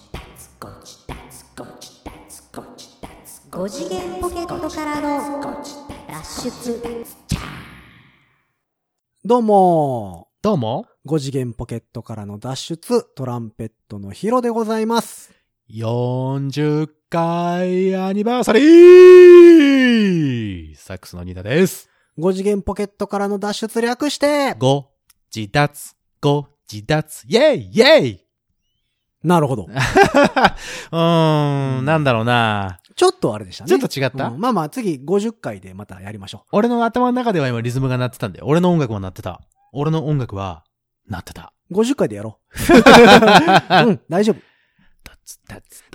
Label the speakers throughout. Speaker 1: ゴチダツゴチダツゴチダツ5次元ポケットからの脱出
Speaker 2: どうも
Speaker 3: どうも、
Speaker 2: 5次元ポケットからの脱出、トランペットのヒロでございます。
Speaker 3: 40回アニバーサリーサックスのニダです。
Speaker 2: 5次元ポケットからの脱出略して
Speaker 3: ご、自立、ご、自立、イェイイェイ
Speaker 2: なるほど。
Speaker 3: うーん、なんだろうな。
Speaker 2: ちょっとあれでしたね。
Speaker 3: ちょっと違った、
Speaker 2: うんまあまあ次50回でまたやりましょ
Speaker 3: 俺の頭の中では今リズムが鳴ってたんだよ。俺の音楽も鳴ってた。俺の音楽は、鳴ってた。
Speaker 2: う。50回でやろ う。うん、大丈夫。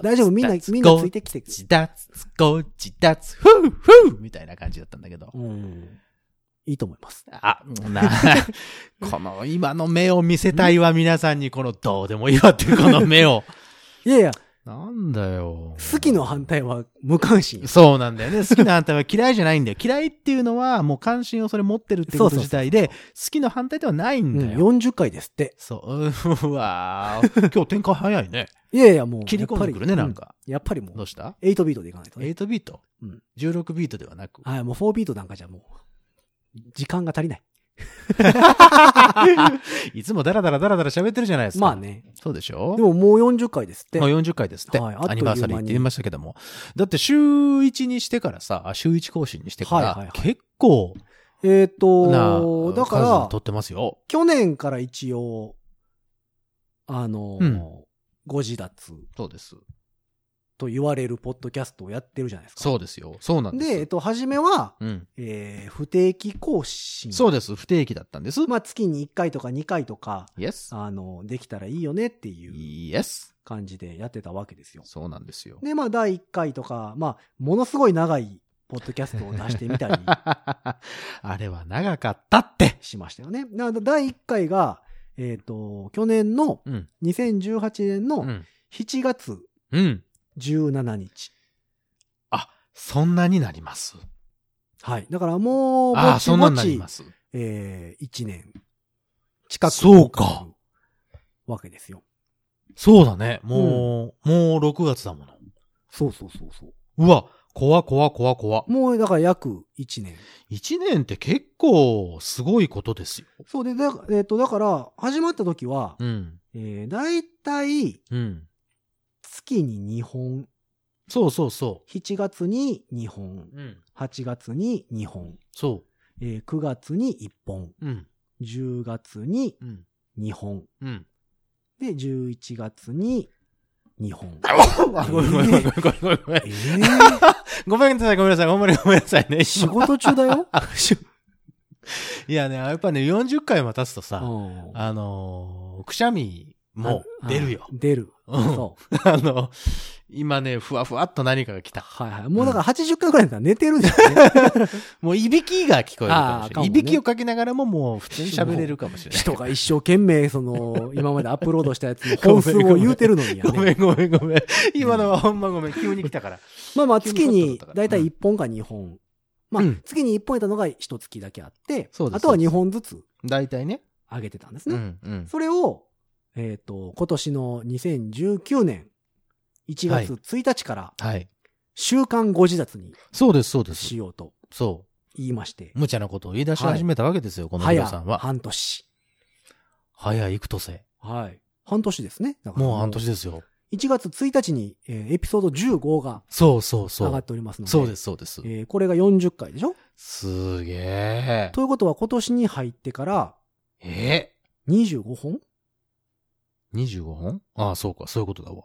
Speaker 2: 大丈夫。みんな、みんなついてきて。
Speaker 3: 自立、ご、自立、ふうふうみたいな感じだったんだけど。
Speaker 2: うん。いいと思います。
Speaker 3: あ、な、 この今の目を見せたいわ、皆さんに、このどうでもいいわっていうこの目を。
Speaker 2: いやいや、
Speaker 3: なんだよ。
Speaker 2: 好きの反対は無関心。
Speaker 3: そうなんだよね。好きな反対は嫌いじゃないんだよ。嫌いっていうのは、もう関心をそれ持ってるっていうこ
Speaker 2: そうそう
Speaker 3: と
Speaker 2: そう
Speaker 3: 自体で、好きの反対ではない
Speaker 2: うん
Speaker 3: だ
Speaker 2: ん、
Speaker 3: よ。
Speaker 2: 40回ですって。
Speaker 3: そう、う わー今日展開早い ね。
Speaker 2: いやいや、もう。
Speaker 3: 切り込んでくるね、
Speaker 2: やっぱり
Speaker 3: なん。か。
Speaker 2: うんやっぱりも
Speaker 3: ど
Speaker 2: う
Speaker 3: う、した
Speaker 2: 8ビートでいかないとね。
Speaker 3: ?8 ビート
Speaker 2: うん。
Speaker 3: 16ビートではな く。
Speaker 2: はい、もう4ビートなんかじゃもう、時間が足りない。
Speaker 3: いつもダラダラダラダラ喋ってるじゃないですか。
Speaker 2: まあ。ね。
Speaker 3: そうでしょ
Speaker 2: でももう40回ですって
Speaker 3: まあ。40回ですって、
Speaker 2: はいあっという間に
Speaker 3: アニバーサリーって言いましたけども。だって週1にしてからさ、あ週1更新にしてから、
Speaker 2: はいはいはい
Speaker 3: 結構
Speaker 2: えっ
Speaker 3: な
Speaker 2: と、だ
Speaker 3: 数
Speaker 2: から
Speaker 3: 撮っ、てますよ。
Speaker 2: 去年から一応、あの
Speaker 3: うん、
Speaker 2: ご自立
Speaker 3: そうです。
Speaker 2: と言われるポッドキャストをやってるじゃないですか。
Speaker 3: そうですよ。そうなんです。
Speaker 2: で、えっと、初めは、
Speaker 3: うん。
Speaker 2: えー不定期更新。
Speaker 3: そうです。不定期だったんです。
Speaker 2: まあ、月に1回とか2回とか、
Speaker 3: yes。
Speaker 2: あの、できたらいいよねっていう
Speaker 3: yes。
Speaker 2: 感じでやってたわけですよ。
Speaker 3: そうなんですよ。
Speaker 2: で、まあ、第1回とか、まあ、ものすごい長いポッドキャストを出してみたり
Speaker 3: あれは長かったって。
Speaker 2: しましたよね。なので第1回が、えっ、と、去年の
Speaker 3: うん。
Speaker 2: 2018年
Speaker 3: う
Speaker 2: の
Speaker 3: ん。
Speaker 2: 7月
Speaker 3: うん。
Speaker 2: 17日。
Speaker 3: あ、そんなになります。
Speaker 2: はい。だからもう、ぼ
Speaker 3: ああ、
Speaker 2: ち
Speaker 3: そんな
Speaker 2: ぼ
Speaker 3: になり
Speaker 2: ち
Speaker 3: ま、す。
Speaker 2: えー、1年近く。
Speaker 3: そうか。
Speaker 2: わけですよ。
Speaker 3: そうだね。もう、もう6月だもの。
Speaker 2: そうそうそうそう
Speaker 3: わ、怖怖怖怖
Speaker 2: う。。もう、だから約1年。
Speaker 3: 一年って結構すごいことですよ。
Speaker 2: そうで、だ,、えー、とだから、始まった時は、
Speaker 3: うん。
Speaker 2: えー、だいたい
Speaker 3: うん。
Speaker 2: 月に2本、
Speaker 3: そうそうそ
Speaker 2: 7月に2本、
Speaker 3: う。うん。
Speaker 2: 8月に2本、
Speaker 3: そ
Speaker 2: えー、9月に1本、
Speaker 3: う。うん。
Speaker 2: 10月に
Speaker 3: うん。
Speaker 2: 2本、
Speaker 3: うん。
Speaker 2: で、11月に2本。
Speaker 3: あごめんごめんごめんごめんごめん
Speaker 2: え。 ー、
Speaker 3: ごめんなさい、ごめんなさい、ごめんなさい、ごめんなさ いね。
Speaker 2: 仕
Speaker 3: 今
Speaker 2: 事中だよ、
Speaker 3: いやね、やっぱね、40回も経つとさ、
Speaker 2: うん
Speaker 3: あのー、くしゃみも出るよ
Speaker 2: あ。出る。
Speaker 3: うん
Speaker 2: そう。
Speaker 3: あの、今ね、ふわふわっと何かが来た。
Speaker 2: はいはい。もうだから80回ぐらいだったら寝てるでしょ、ね。
Speaker 3: もういびきが聞こえるかもし
Speaker 2: あー
Speaker 3: れ
Speaker 2: か
Speaker 3: な
Speaker 2: も
Speaker 3: い。
Speaker 2: ね
Speaker 3: いびきをかきながらももう普通に喋れるかもしれない。
Speaker 2: 人が一生懸命、その、今までアップロードしたやつ の本数を言うてるのにや
Speaker 3: ごめ
Speaker 2: ね。
Speaker 3: んごめん ごめん。今のはほんまごめん。急に来たから。
Speaker 2: まあまあ、月にだいたい
Speaker 3: うん
Speaker 2: 1本か2本。まあ
Speaker 3: うん、
Speaker 2: 月に1本やったのが1月だけあって、
Speaker 3: そうです
Speaker 2: あとは2本ずつ
Speaker 3: 大体ね。
Speaker 2: 上げてたんです
Speaker 3: う
Speaker 2: ね。
Speaker 3: んうん。
Speaker 2: それを、えっ、と、今年の2019年1月1日から
Speaker 3: はい。
Speaker 2: 週刊ご自立に
Speaker 3: そうです、そうです
Speaker 2: し。ようと
Speaker 3: そ
Speaker 2: 言いまして
Speaker 3: う。、無茶なことを言い出し始めたわけですよ、このヒ
Speaker 2: 早
Speaker 3: ロさんは。
Speaker 2: 半年。
Speaker 3: 早いくとせ。
Speaker 2: はい。半年ですね。だから
Speaker 3: もう半年ですよ。
Speaker 2: 1月1日に、えーエピソード15が
Speaker 3: そうそうそ
Speaker 2: 上がっ
Speaker 3: う。
Speaker 2: ておりますので。
Speaker 3: そうです、そうです。
Speaker 2: えーこれが40回でしょ
Speaker 3: すげえ。
Speaker 2: ということは今年に入ってから
Speaker 3: え
Speaker 2: 25本
Speaker 3: ー ?25 本ああ、そうか、そういうことだわ。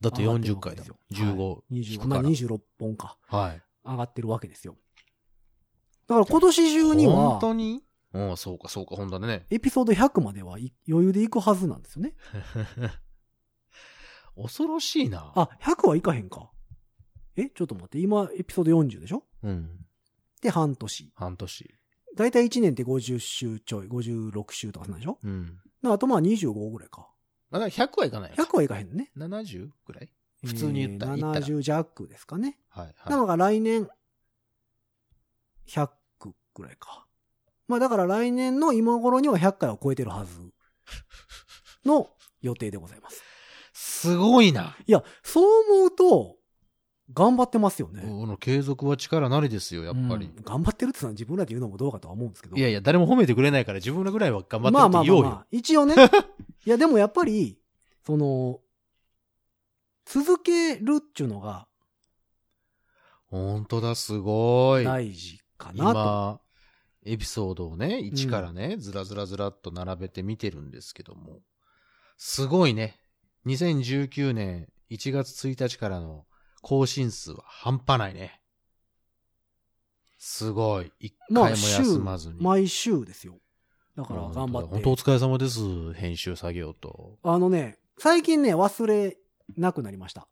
Speaker 3: だって
Speaker 2: 上がってる
Speaker 3: 40
Speaker 2: わけ
Speaker 3: 回
Speaker 2: で
Speaker 3: だ
Speaker 2: すよ
Speaker 3: よ。15
Speaker 2: はい
Speaker 3: 引
Speaker 2: 20
Speaker 3: く
Speaker 2: まあ
Speaker 3: から。
Speaker 2: 26本か。
Speaker 3: はい。
Speaker 2: 上がってるわけですよ。だから今年中に
Speaker 3: 本
Speaker 2: は、
Speaker 3: 当にうん、そうか、そうか、本当だね。
Speaker 2: エピソード100まではい余裕でいくはずなんですよね。
Speaker 3: 恐ろしいな。
Speaker 2: あ、100はいかへんか。え、ちょっと待って。今、エピソード40でしょ
Speaker 3: うん。
Speaker 2: で、半年。
Speaker 3: 半年。
Speaker 2: だいたい1年って50週ちょい、56週とかそんなんでしょ
Speaker 3: うん。
Speaker 2: なあとまあ25ぐらいか。
Speaker 3: まだ100はいかないよ。
Speaker 2: 100はいかへんね。
Speaker 3: 70ぐらい 普通に言った
Speaker 2: えー
Speaker 3: 言ったら
Speaker 2: 70弱ですかね。
Speaker 3: はい、
Speaker 2: な
Speaker 3: は
Speaker 2: のが来年、100ぐらいか。まあだから来年の今頃には100回を超えてるはずの予定でございます。
Speaker 3: い。すすごいな。
Speaker 2: いや、そう思うと、頑張ってますよね。
Speaker 3: この継続は力なりですよ、やっぱり。
Speaker 2: うん頑張ってるってのは自分らで言うのもどうかとは思うんですけど。
Speaker 3: いやいや、誰も褒めてくれないから自分らぐらいは頑張
Speaker 2: まあ
Speaker 3: って
Speaker 2: ま
Speaker 3: るっ
Speaker 2: あま
Speaker 3: て言お
Speaker 2: あ、
Speaker 3: う
Speaker 2: ま
Speaker 3: よ。
Speaker 2: あ、一 応ね。いや、でもやっぱり、その、続けるっちゅうのが
Speaker 3: 本当だ、すごい。
Speaker 2: 大事かなと。
Speaker 3: 今、エピソードをね、1からね、ずらずらずらっと並べて見てるんですけども、すごいね。2019年1月1日からの更新数は半端ないね。すごい。一
Speaker 2: ま
Speaker 3: 回
Speaker 2: あ、
Speaker 3: も
Speaker 2: 週
Speaker 3: 休まずに。、
Speaker 2: 毎週ですよ。だから
Speaker 3: 本当だ
Speaker 2: 頑張って
Speaker 3: 本。当お疲れ様です。編集作業と。
Speaker 2: あのね、最近ね、忘れなくなりました。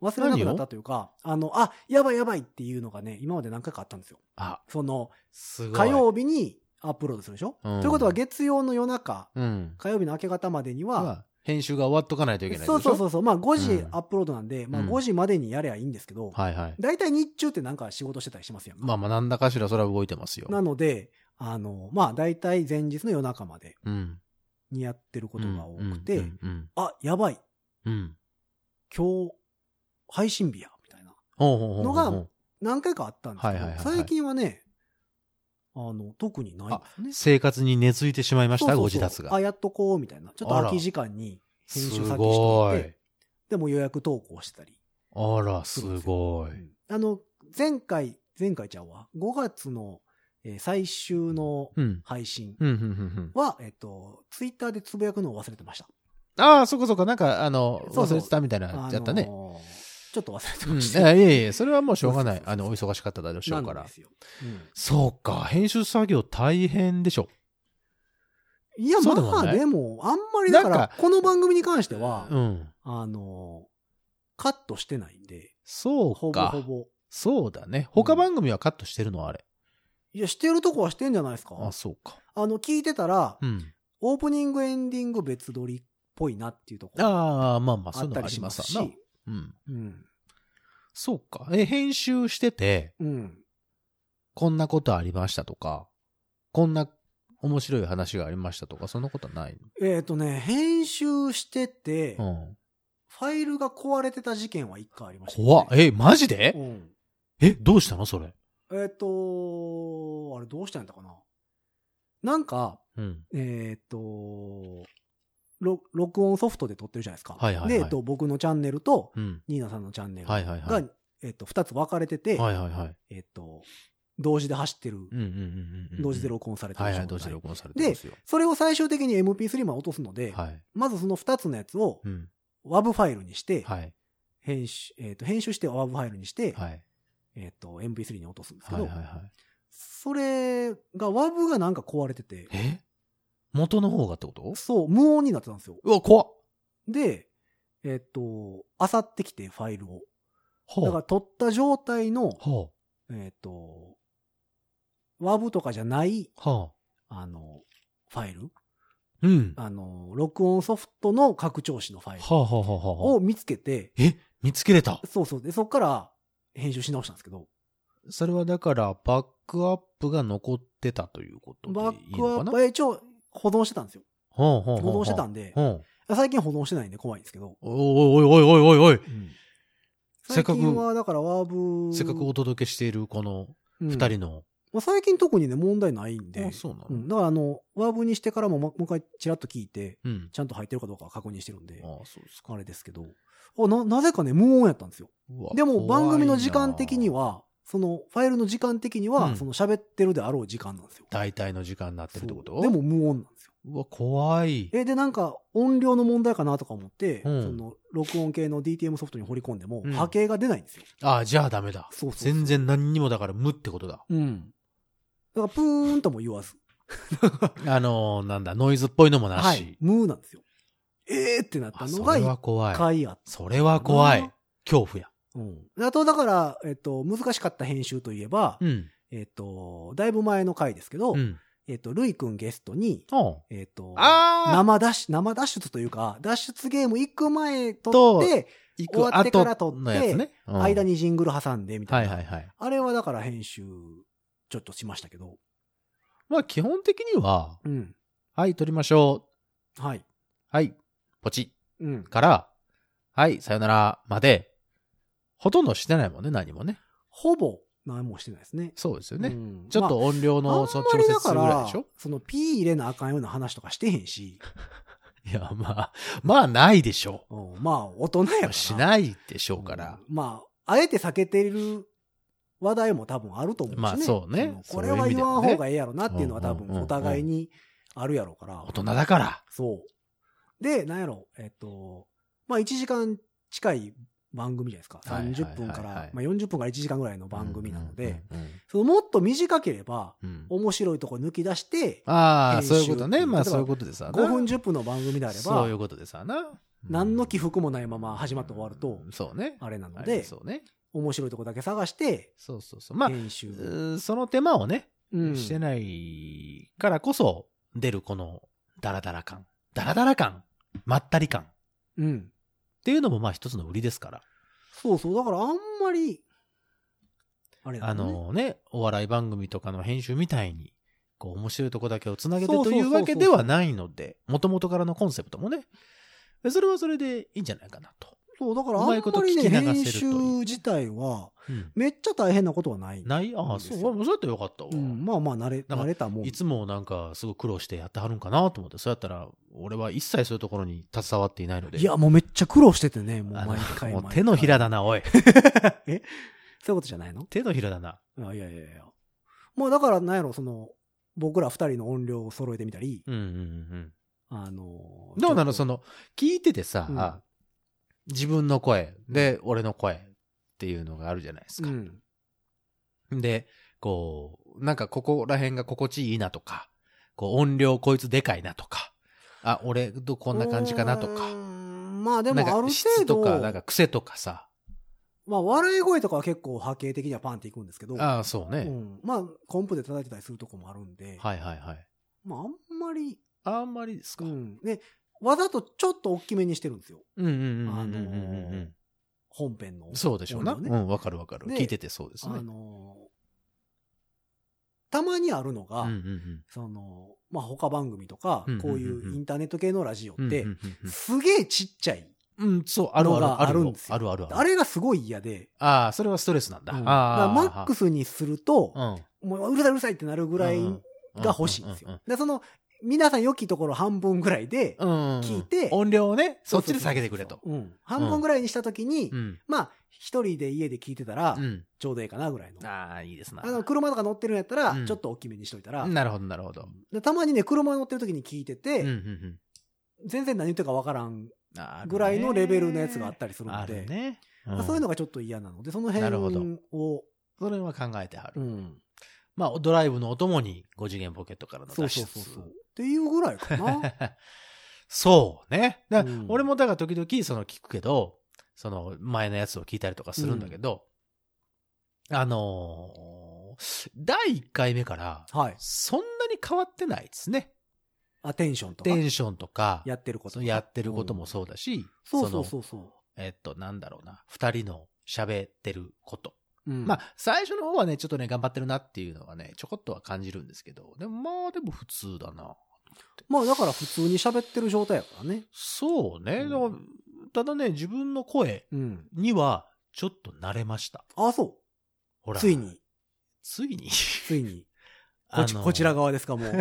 Speaker 2: 忘れなくなっ
Speaker 3: 何
Speaker 2: た
Speaker 3: を
Speaker 2: というか、あの、あ、やばいやばいっていうのがね、今まで何回かあったんですよ。
Speaker 3: あ、
Speaker 2: その、
Speaker 3: すごい。
Speaker 2: 火曜日にアップロードするでしょ、
Speaker 3: うん
Speaker 2: ということは月曜の夜中、
Speaker 3: うん。
Speaker 2: 火曜日の明け方までには、
Speaker 3: は、編集が終わっとかないといけないでし
Speaker 2: そ
Speaker 3: ょ
Speaker 2: うそうそうそう、まあ5時
Speaker 3: うん
Speaker 2: アップロードなんで、まあ
Speaker 3: うん
Speaker 2: 5時までにやればいいんですけど、
Speaker 3: はいはい。
Speaker 2: 大体日中ってなんか仕事してたりしますやんか。
Speaker 3: まあまあ、なんだかしらそれは動いてますよ。
Speaker 2: なので、あの、まあ大体前日の夜中まで
Speaker 3: うん。
Speaker 2: にやってることが多くて、
Speaker 3: うんうん
Speaker 2: あ、やばい、
Speaker 3: うんうん。
Speaker 2: 今日配信日や、みたいな。
Speaker 3: ほうほうほうほう
Speaker 2: のが何回かあったんですけど、
Speaker 3: はいはいはいはい
Speaker 2: 最近はね、あの、特にないですね。
Speaker 3: 生活に根付いてしまいまし
Speaker 2: そ
Speaker 3: た、
Speaker 2: う
Speaker 3: ご
Speaker 2: そうそう
Speaker 3: 自立が
Speaker 2: あ、。やっとこう、みたいな。ちょっと
Speaker 3: あら
Speaker 2: 空き時間に編集
Speaker 3: す
Speaker 2: 先して
Speaker 3: ご
Speaker 2: おい
Speaker 3: い
Speaker 2: て。でも予約投稿してたり。
Speaker 3: あら、すご
Speaker 2: う
Speaker 3: い。
Speaker 2: んあの、前回、前回ちゃうわ。5月の、えー最終の
Speaker 3: うん。
Speaker 2: 配信
Speaker 3: うん、うん、うんうん。
Speaker 2: は、えっと、ツイッターでつぶやくのを忘れてました。
Speaker 3: ああ、そこそこ、なんか、あの、
Speaker 2: そう
Speaker 3: 忘
Speaker 2: そう
Speaker 3: れてたみたいな、
Speaker 2: あ
Speaker 3: やったね。
Speaker 2: のーちょっと忘れて
Speaker 3: うん
Speaker 2: ま
Speaker 3: い
Speaker 2: した。
Speaker 3: やいやいや、それはもうしょうがな
Speaker 2: そ。そう
Speaker 3: いう
Speaker 2: そうそう
Speaker 3: あの、お忙しかっただろうしょうか
Speaker 2: なん
Speaker 3: ら
Speaker 2: で。すよ。うん
Speaker 3: そうか、編集作業大変でしょ。
Speaker 2: いや、
Speaker 3: そうでも
Speaker 2: まあ
Speaker 3: ない
Speaker 2: でも、あんまりだか
Speaker 3: なん
Speaker 2: ら
Speaker 3: か、
Speaker 2: この番組に関しては、
Speaker 3: うん。
Speaker 2: あの、カットしてないんで、
Speaker 3: そ
Speaker 2: ほ
Speaker 3: う
Speaker 2: ぼ
Speaker 3: か。
Speaker 2: ほぼ。
Speaker 3: そうだね。他番組はカットしてるの、あれ。
Speaker 2: いや、してるとこはしてんじゃないですか。
Speaker 3: あ、そうか。
Speaker 2: あの、聞いてたら、
Speaker 3: うん。
Speaker 2: オープニング、エンディング別撮りっぽいなっていうところ
Speaker 3: ああ、まあまあ、そう
Speaker 2: あ
Speaker 3: い
Speaker 2: っ
Speaker 3: うの
Speaker 2: た
Speaker 3: も
Speaker 2: り
Speaker 3: あり
Speaker 2: し
Speaker 3: ま
Speaker 2: ます
Speaker 3: す
Speaker 2: し、
Speaker 3: わな。うん。
Speaker 2: うん。
Speaker 3: そうか。え、編集してて、
Speaker 2: うん。
Speaker 3: こんなことありましたとか、こんな面白い話がありましたとか、そんなことはない
Speaker 2: えっ、とね、編集してて、
Speaker 3: のうん。
Speaker 2: ファイルが壊れてた事件は一回ありました、
Speaker 3: 怖っ。え、マジで
Speaker 2: うん。
Speaker 3: え、どうしたのそれ。
Speaker 2: えっ、と、あれどうしたんやったかな。なんか、
Speaker 3: うん。
Speaker 2: えーっと、ろ録音ソフトで撮ってるじゃないですか。
Speaker 3: はいはいはい
Speaker 2: で、えーっと、僕のチャンネルと、
Speaker 3: うん。
Speaker 2: ニーナさんのチャンネルが、
Speaker 3: はいはいはい。
Speaker 2: えーっと、2つ分かれてて、
Speaker 3: はいはいはい。
Speaker 2: えーっと、同時で走ってる、
Speaker 3: うんうんうんうん。
Speaker 2: 同時で録音されてる
Speaker 3: はい
Speaker 2: 状
Speaker 3: はい、
Speaker 2: 態
Speaker 3: 同時で録音されてますよ。
Speaker 2: それを最終的に MP3 まで落とすので、
Speaker 3: はい。
Speaker 2: まずその2つのやつを
Speaker 3: うん。
Speaker 2: WAV ファイルにして、
Speaker 3: はい。
Speaker 2: 編集、えーっと、編集して WAV ファイルにして、
Speaker 3: はい。
Speaker 2: えーっと、MP3 に落とすんですけ
Speaker 3: はい
Speaker 2: ど、
Speaker 3: はいはい。
Speaker 2: それが WAV がなんか壊れてて、
Speaker 3: え元の方がってこと
Speaker 2: そう、無音になってたんですよ。
Speaker 3: うわ、怖っ。
Speaker 2: で、えーっと、あさってきてファイルを。
Speaker 3: ほ
Speaker 2: だから
Speaker 3: う。
Speaker 2: 取った状態の、
Speaker 3: ほ
Speaker 2: えっ、と、ワブとかじゃない、
Speaker 3: う。は
Speaker 2: あの、ファイル、
Speaker 3: う。うん。は
Speaker 2: あの、録音ソフトの拡張子のファイル
Speaker 3: あはあはあはあは
Speaker 2: を見つけて、
Speaker 3: あ。え、見つけれた。
Speaker 2: そうそう、で、そっから編集し直したんですけど、
Speaker 3: それはだから、バックアップが残ってたということで
Speaker 2: バ
Speaker 3: いい
Speaker 2: ック
Speaker 3: の
Speaker 2: ア
Speaker 3: か
Speaker 2: ッ
Speaker 3: な
Speaker 2: プ、え一応保存してたんですよ。
Speaker 3: ほうほうほうほ
Speaker 2: 保
Speaker 3: う
Speaker 2: 存してたんで
Speaker 3: う、ん。
Speaker 2: 最近保存してないんで怖いんですけど、
Speaker 3: おいおいおいおいおいおい。せっ
Speaker 2: 最
Speaker 3: かく
Speaker 2: 近はだからワーブ、
Speaker 3: せっかくお届けしているこの
Speaker 2: うん
Speaker 3: 二人の。
Speaker 2: まあ、最近特にね、問題ないんで
Speaker 3: あ、、そうなの
Speaker 2: うん、だからあの、ワーブにしてからも、ま、もう一回チラッと聞いて、
Speaker 3: うん。
Speaker 2: ちゃんと入ってるかどうかは確認してるんで、
Speaker 3: ああ、そうですか。
Speaker 2: あれですけど、あな、なぜかね、無音やったんですよ。
Speaker 3: うわ
Speaker 2: でも番組の時
Speaker 3: 怖い
Speaker 2: 間
Speaker 3: な
Speaker 2: 的には、そのファイルの時間的には、
Speaker 3: うん
Speaker 2: その喋ってるであろう時間なんですよ。
Speaker 3: 大体の時間になってるってこと
Speaker 2: そうでも無音なんですよ。
Speaker 3: うわ、怖い。
Speaker 2: え、で、なんか音量の問題かなとか思って、
Speaker 3: うん
Speaker 2: その録音系の DTM ソフトに掘り込んでも、
Speaker 3: うん
Speaker 2: 波形が出ないんですよ。
Speaker 3: ああ、じゃあダメだ。
Speaker 2: そうそうそう
Speaker 3: 全然何にもだから無ってことだ。
Speaker 2: うん。だから、プーンとも言わず。
Speaker 3: あのー、なんだ、ノイズっぽいのもな
Speaker 2: は
Speaker 3: し
Speaker 2: い。。無なんですよ。えーってなった
Speaker 3: あ
Speaker 2: の
Speaker 3: そ
Speaker 2: が
Speaker 3: れ
Speaker 2: 一
Speaker 3: は怖い。
Speaker 2: 回あっ
Speaker 3: それは怖い
Speaker 2: な。
Speaker 3: 恐怖や。
Speaker 2: た。うん。あと、だから、えっと、難しかった編集といえば、
Speaker 3: うん。
Speaker 2: えっと、だいぶ前の回ですけど、
Speaker 3: うん。
Speaker 2: えっと、ルイくんゲストに、
Speaker 3: おう
Speaker 2: えっ、と、
Speaker 3: あ
Speaker 2: 生脱出、生脱出というか、脱出ゲーム行く前撮って、
Speaker 3: ー行
Speaker 2: 終わってから撮って
Speaker 3: 後のやつね。うん
Speaker 2: 間。にジングル挟んでみた
Speaker 3: はいい
Speaker 2: な。
Speaker 3: はいはい。
Speaker 2: あれはだから編集、ちょっとしましたけど。
Speaker 3: まあ基本的には、
Speaker 2: うん。
Speaker 3: はい、撮りましょ
Speaker 2: はい。
Speaker 3: う。はい、ポチ
Speaker 2: うん。
Speaker 3: から、はい、さよならまで、ほとんどしてないもんね、何もね。
Speaker 2: ほぼ何もしてないですね。
Speaker 3: そうですよね。
Speaker 2: うん
Speaker 3: ちょっと音量
Speaker 2: まあ
Speaker 3: の、
Speaker 2: あん
Speaker 3: その
Speaker 2: ま
Speaker 3: 調
Speaker 2: り
Speaker 3: 節
Speaker 2: だ
Speaker 3: す
Speaker 2: か
Speaker 3: るぐらい
Speaker 2: ら
Speaker 3: でしょ、
Speaker 2: その P 入れなあかんような話とかしてへん し、
Speaker 3: いや、まあ、まあないでしょ
Speaker 2: うんまあ大人やから。
Speaker 3: う。しないでしょうから。
Speaker 2: うんまあ、あえて避けてる話題も多分あると思うしね。
Speaker 3: まあそうね
Speaker 2: のこれは言わん方がええやろなっていうのは多
Speaker 3: うんうんうん
Speaker 2: 分
Speaker 3: うん
Speaker 2: お互いにあるやろうから
Speaker 3: 大。人だから。
Speaker 2: そう。で、なんやろ、えっと、まあ1時間近い番組じゃないですか。
Speaker 3: はいはいはいはい
Speaker 2: 30分から、まあ40分から1時間ぐらいの番組なので、
Speaker 3: うんうんうん
Speaker 2: そのもっと短ければ、
Speaker 3: うん、うん
Speaker 2: 面白いとこ抜き出して、
Speaker 3: ああ、
Speaker 2: 編集
Speaker 3: そういうこ
Speaker 2: 例
Speaker 3: とね。
Speaker 2: えば
Speaker 3: まあそういうことでさな。
Speaker 2: 5分10分の番組であれ
Speaker 3: そういう
Speaker 2: ば、
Speaker 3: ことでさな。うん
Speaker 2: 何の起伏もないまま始まって終わると、
Speaker 3: そうね。
Speaker 2: あれなの
Speaker 3: あれ
Speaker 2: で、
Speaker 3: そうね。
Speaker 2: 面白いとこだけ探して、
Speaker 3: そうそうそう。まあ、
Speaker 2: 編集
Speaker 3: う。ーその手間をね、
Speaker 2: うん
Speaker 3: してないからこそ、出るこの、ダラダラ感。ダラダラ感。まったり感。っ
Speaker 2: うん。
Speaker 3: ていうのも、まあ一つの売りですから。
Speaker 2: そうそう。だからあんまり、あれだ
Speaker 3: あ
Speaker 2: よね、
Speaker 3: のね、お笑い番組とかの編集みたいに、こう面白いとこだけをつなげて
Speaker 2: そう
Speaker 3: と
Speaker 2: そう
Speaker 3: い
Speaker 2: そうそう
Speaker 3: うわけではないので、もともとからのコンセプトもね、でそれはそれでいいんじゃないかなと。
Speaker 2: そう、だからあ
Speaker 3: うまい
Speaker 2: ん
Speaker 3: こと
Speaker 2: ま
Speaker 3: 聞
Speaker 2: り
Speaker 3: き流せ
Speaker 2: ね、
Speaker 3: るという
Speaker 2: 編集自体は、めっちゃ大変なことはない。
Speaker 3: ないあ
Speaker 2: いい
Speaker 3: あ、
Speaker 2: です
Speaker 3: そ
Speaker 2: よ
Speaker 3: う、そうやってよかったわ。
Speaker 2: うん、まあまあ、慣れ、
Speaker 3: なんか
Speaker 2: 慣れたもん。
Speaker 3: いつもなんかすごい苦労してやってはるんかなと思って、そうやったら、俺は一切そういうところに携わっていないので。
Speaker 2: いや、もうめっちゃ苦労しててね、もう
Speaker 3: あの
Speaker 2: 毎回
Speaker 3: もう手のひら
Speaker 2: だ。
Speaker 3: だな、おい。
Speaker 2: えそういうことじゃないの
Speaker 3: 手のひらだな。
Speaker 2: あいやいやいや。まあだから、なんやろ、その、僕ら二人の音量を揃えてみたり、
Speaker 3: うんうんうん
Speaker 2: あの
Speaker 3: うん。どうなのそ
Speaker 2: の、
Speaker 3: の、聞いててさ、
Speaker 2: うん
Speaker 3: 自分の声、で、俺の声っていうのがあるじゃないです
Speaker 2: う
Speaker 3: か。
Speaker 2: ん。
Speaker 3: で、こう、なんかここら辺が心地いいなとか、こう音量こいつでかいなとか、あ、俺どこんな感じかなと
Speaker 2: うー
Speaker 3: か、
Speaker 2: んまあでも
Speaker 3: な
Speaker 2: あ
Speaker 3: ん
Speaker 2: る
Speaker 3: か
Speaker 2: 程
Speaker 3: 質と
Speaker 2: 度、
Speaker 3: か、なんか癖とかさ、
Speaker 2: まあ笑い声とかは結構波形的にはパンっていくんですけど、
Speaker 3: ああ、そうね。
Speaker 2: うん、まあコンプで叩いてたりするとこもあるんで、
Speaker 3: はいはいはい。
Speaker 2: まああんまり、
Speaker 3: あんまりです
Speaker 2: う
Speaker 3: か、
Speaker 2: ん。で、わざとちょっと大きめにしてるんですよ。
Speaker 3: うんうんうんうんうん
Speaker 2: あの
Speaker 3: うんうん
Speaker 2: ー本編の。
Speaker 3: そうでしょうな。
Speaker 2: 音量
Speaker 3: う
Speaker 2: ね
Speaker 3: ん、わかるわかる。
Speaker 2: で
Speaker 3: 聞いててそうですね。
Speaker 2: あのーたまにあるのが、
Speaker 3: うんうん
Speaker 2: その、まあ、他番組とか
Speaker 3: うんうん、う
Speaker 2: こ
Speaker 3: ん
Speaker 2: ういうインターネット系のラジオ
Speaker 3: うん、
Speaker 2: って
Speaker 3: うんう、んうん
Speaker 2: すげえちっちゃい。
Speaker 3: うん、うんそう、あるあ
Speaker 2: の
Speaker 3: る
Speaker 2: が
Speaker 3: あ
Speaker 2: あ
Speaker 3: る
Speaker 2: る
Speaker 3: よ
Speaker 2: んですよ
Speaker 3: あるあるある。
Speaker 2: あれがすごい嫌で、
Speaker 3: ああ、それはストレスなんだ。
Speaker 2: うんだ
Speaker 3: あ
Speaker 2: から
Speaker 3: あ。
Speaker 2: マックスにすると、
Speaker 3: うん
Speaker 2: もううるさいうるさいってなるぐらいが欲しいんです
Speaker 3: う
Speaker 2: よ
Speaker 3: う。
Speaker 2: で、その、皆さん良きところ半分ぐらいで、
Speaker 3: うんうんうん。
Speaker 2: 聞いて
Speaker 3: 音量をね、そっちで下げてくれと。
Speaker 2: そうそうそうそう。うん半分ぐらいにしたときに、
Speaker 3: うん。
Speaker 2: まあ、一人で家で聞いてたら
Speaker 3: う、ん。
Speaker 2: ちょうどいいかなぐらいの。
Speaker 3: ああ、いいですな。
Speaker 2: あの、車とか乗ってるんやったら
Speaker 3: うん、
Speaker 2: ちょっと大きめにしといたら、
Speaker 3: なるほど、なるほど。
Speaker 2: でたまにね、車乗ってる時に聞いて
Speaker 3: うんうん
Speaker 2: て、
Speaker 3: うん
Speaker 2: 全然何言ってるかわからん
Speaker 3: あるね
Speaker 2: ぐらいのレベルのやつがあったりする
Speaker 3: あ
Speaker 2: の
Speaker 3: る
Speaker 2: で、
Speaker 3: ね。
Speaker 2: まあそういうの
Speaker 3: が。
Speaker 2: がちょっと嫌なので、その
Speaker 3: な
Speaker 2: 辺
Speaker 3: るほど
Speaker 2: を、
Speaker 3: それは考えては
Speaker 2: う
Speaker 3: る。
Speaker 2: ん、
Speaker 3: まあ、ドライブのお供に5次元ポケットからの
Speaker 2: そう
Speaker 3: 脱
Speaker 2: そ
Speaker 3: 出
Speaker 2: う。そうそう。っていうぐらい かな。
Speaker 3: そうね。だから
Speaker 2: うん
Speaker 3: 俺もだから時々その聞くけど、その前のやつを聞いたりとかするんだけど、あのー第1回目から、
Speaker 2: はい。
Speaker 3: そんなに変わってないですね。
Speaker 2: アテンションとか
Speaker 3: テ、ンションとか、
Speaker 2: やってること
Speaker 3: そ
Speaker 2: と
Speaker 3: の
Speaker 2: か
Speaker 3: やってることもそうだし、
Speaker 2: そうそう
Speaker 3: の
Speaker 2: そうそう。
Speaker 3: えっと、なんだろうな、二人の喋ってること。
Speaker 2: うん
Speaker 3: まあ、最初の方はね、ちょっとね、頑張ってるなっていうのはね、ちょこっとは感じるんですけど、でもまあ、でも普通だな。
Speaker 2: まあだから普通に喋ってる状態やからね。
Speaker 3: そうね。
Speaker 2: うん
Speaker 3: だからただね、自分の声
Speaker 2: うん。
Speaker 3: には、ちょっと慣れました。
Speaker 2: あ、そ
Speaker 3: ほ
Speaker 2: う。
Speaker 3: ら。
Speaker 2: つい。に、
Speaker 3: ついに。
Speaker 2: ついに、
Speaker 3: あ
Speaker 2: こ
Speaker 3: の
Speaker 2: ちこちら。側ですか、 もう。い